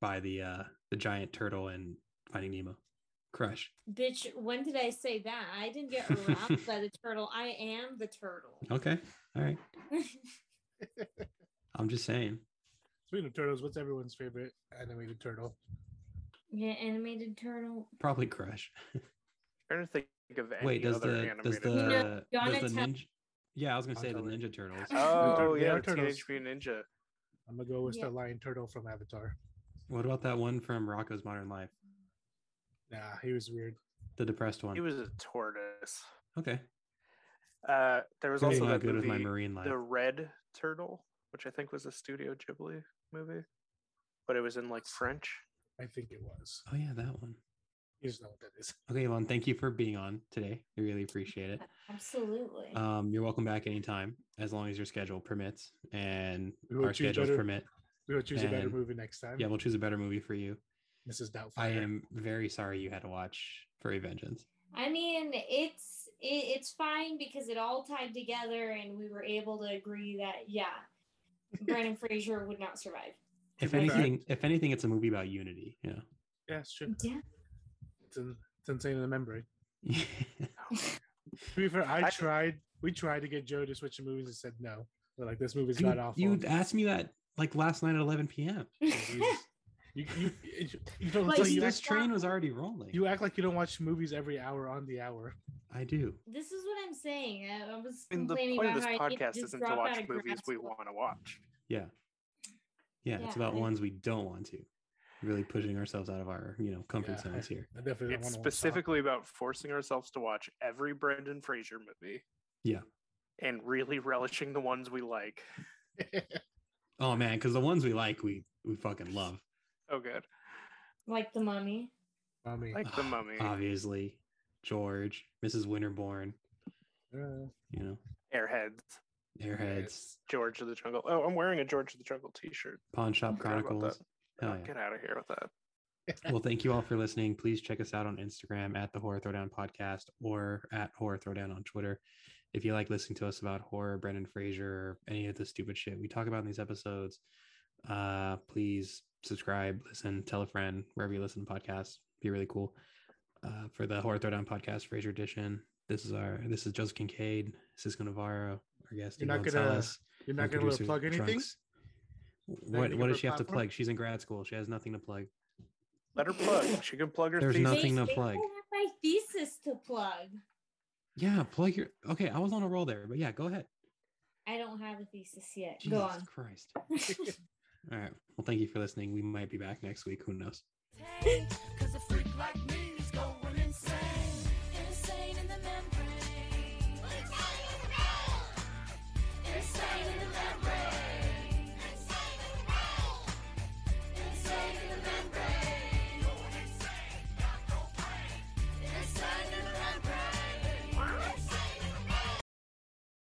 Speaker 3: by the uh the giant turtle and Finding Nemo. Crush.
Speaker 6: Bitch, when did I say that? I didn't get
Speaker 4: (laughs)
Speaker 6: robbed by the turtle. I am the turtle.
Speaker 3: Okay. All right.
Speaker 6: (laughs)
Speaker 3: I'm just saying.
Speaker 4: Speaking of turtles, what's everyone's favorite animated turtle?
Speaker 6: yeah, animated turtle.
Speaker 3: Probably Crush.
Speaker 5: trying to think of any
Speaker 3: Wait, does
Speaker 5: other
Speaker 3: the does
Speaker 5: animated. (laughs)
Speaker 3: the,
Speaker 6: No,
Speaker 3: does the
Speaker 6: Donatello.
Speaker 3: ninja? Yeah, I was gonna say the
Speaker 4: Donatello.
Speaker 3: Ninja Turtles.
Speaker 5: Oh
Speaker 4: Turtle- they
Speaker 5: yeah,
Speaker 4: are
Speaker 5: Teenage
Speaker 4: turtles.
Speaker 5: Mutant Ninja.
Speaker 4: I'm gonna go with
Speaker 6: Yeah.
Speaker 4: the lion turtle from Avatar.
Speaker 3: What about that one from Rocco's Modern Life?
Speaker 4: Nah, he was weird.
Speaker 3: The depressed one.
Speaker 5: He was a tortoise.
Speaker 3: okay.
Speaker 5: Uh, there was
Speaker 3: Pretty
Speaker 5: also
Speaker 3: not
Speaker 5: that
Speaker 3: good with my
Speaker 5: movie,
Speaker 3: marine life.
Speaker 5: The Red Turtle, which I think was a Studio Ghibli movie, but it was in like French.
Speaker 4: I think it was.
Speaker 3: Oh yeah, that one.
Speaker 4: You just know what that is.
Speaker 3: Okay, Elon, thank you for being on today. I really appreciate it.
Speaker 6: Absolutely.
Speaker 4: Uh,
Speaker 3: Um, you're welcome back anytime, as long as your schedule permits and
Speaker 4: We will
Speaker 3: our
Speaker 4: choose
Speaker 3: schedules
Speaker 4: better-
Speaker 3: permit.
Speaker 4: We will choose a better
Speaker 3: And-
Speaker 4: movie next time.
Speaker 3: Yeah, we'll choose a better movie for you.
Speaker 4: Mrs. Doubtfire.
Speaker 3: I am very sorry you had to watch Furry Vengeance.
Speaker 6: I mean, it's it, it's fine because it all tied together, and we were able to agree that yeah, Brandon Fraser would not survive.
Speaker 3: If
Speaker 4: be fair-
Speaker 3: anything, if anything, it's a movie about unity. Yeah.
Speaker 4: Yeah, it's true.
Speaker 6: (laughs) Yeah.
Speaker 4: It's, in, it's insane in the membrane. To be fair, I
Speaker 5: I-
Speaker 4: tried. We tried to get Joe to switch the movies and said no. They're like, this movie's
Speaker 3: Dude,
Speaker 4: god awful.
Speaker 3: (laughs) you asked me that like last night at 11
Speaker 4: (laughs)
Speaker 3: p.m.
Speaker 4: Jesus. you, you, you, you don't
Speaker 6: Like,
Speaker 4: so
Speaker 3: This,
Speaker 4: you,
Speaker 3: this
Speaker 4: act,
Speaker 3: train was already rolling.
Speaker 4: you act like you don't watch movies every hour on the hour.
Speaker 3: I do.
Speaker 6: this is what I'm saying. I, I was
Speaker 5: And the
Speaker 6: complaining
Speaker 5: point of
Speaker 6: about
Speaker 5: this
Speaker 6: how I didn't
Speaker 5: podcast
Speaker 6: just
Speaker 5: isn't to
Speaker 6: drop
Speaker 5: watch
Speaker 6: out of grad
Speaker 5: movies we
Speaker 6: school.
Speaker 5: want to watch.
Speaker 3: Yeah. Yeah,
Speaker 6: Yeah,
Speaker 3: it's about
Speaker 6: I-
Speaker 3: ones we don't want to. Really pushing ourselves out of our, you know, comfort
Speaker 4: Yeah.
Speaker 3: zones here.
Speaker 4: I definitely don't
Speaker 5: It's
Speaker 4: want to specific.
Speaker 5: specifically about forcing ourselves to watch every Brendan Fraser movie.
Speaker 3: Yeah.
Speaker 5: And really (laughs) relishing the ones we like.
Speaker 3: Oh man, because the ones we like, we we fucking love.
Speaker 5: Oh, good.
Speaker 6: Like the mummy.
Speaker 4: I mean,
Speaker 5: Like (laughs)
Speaker 3: (sighs)
Speaker 5: the mummy,
Speaker 3: Ah, Obviously, George, Mrs. Winterborn,
Speaker 4: uh,
Speaker 3: you know,
Speaker 5: Airheads,
Speaker 3: Airheads,
Speaker 5: George of the Jungle. Oh, I'm wearing a George of the Jungle t shirt.
Speaker 3: Pawn Shop
Speaker 5: Forgot about
Speaker 3: Chronicles.
Speaker 5: Oh,
Speaker 3: Hell yeah.
Speaker 5: Get out of here with that.
Speaker 3: Well, thank you all for listening. Please check us out on Instagram at the Horror Throwdown Podcast or at Horror Throwdown on Twitter. If you like listening to us about horror, Brendan Fraser, any of the stupid shit we talk about in these episodes, uh, please subscribe, listen, tell a friend wherever you listen to podcasts. Be really cool. Uh, for the Horror Throwdown Podcast, Fraser Edition. This is our this is Joseph Kincaid, Cisco Navarro, our guest.
Speaker 4: You're
Speaker 3: Ivo
Speaker 4: not gonna-
Speaker 3: Gonzalez,
Speaker 4: you're
Speaker 3: our
Speaker 4: not going to
Speaker 3: producer,
Speaker 4: plug anything.
Speaker 3: Trunks. What
Speaker 4: give
Speaker 3: what
Speaker 4: her
Speaker 3: does she have to
Speaker 4: platform?
Speaker 3: plug? She's in grad school. She has nothing to plug.
Speaker 5: Let her plug. She can plug her
Speaker 3: There's
Speaker 5: thesis.
Speaker 3: nothing to
Speaker 6: They- they
Speaker 3: plug.
Speaker 6: don't have My thesis to plug.
Speaker 3: Yeah, plug your. Okay, I was on a roll there, but yeah, go ahead.
Speaker 6: I don't have a thesis yet.
Speaker 3: Jesus
Speaker 6: Go on. (laughs)
Speaker 3: Christ. All right. Well, thank you for listening. We might be back next week. Who knows?
Speaker 7: Take, Cause a freak like me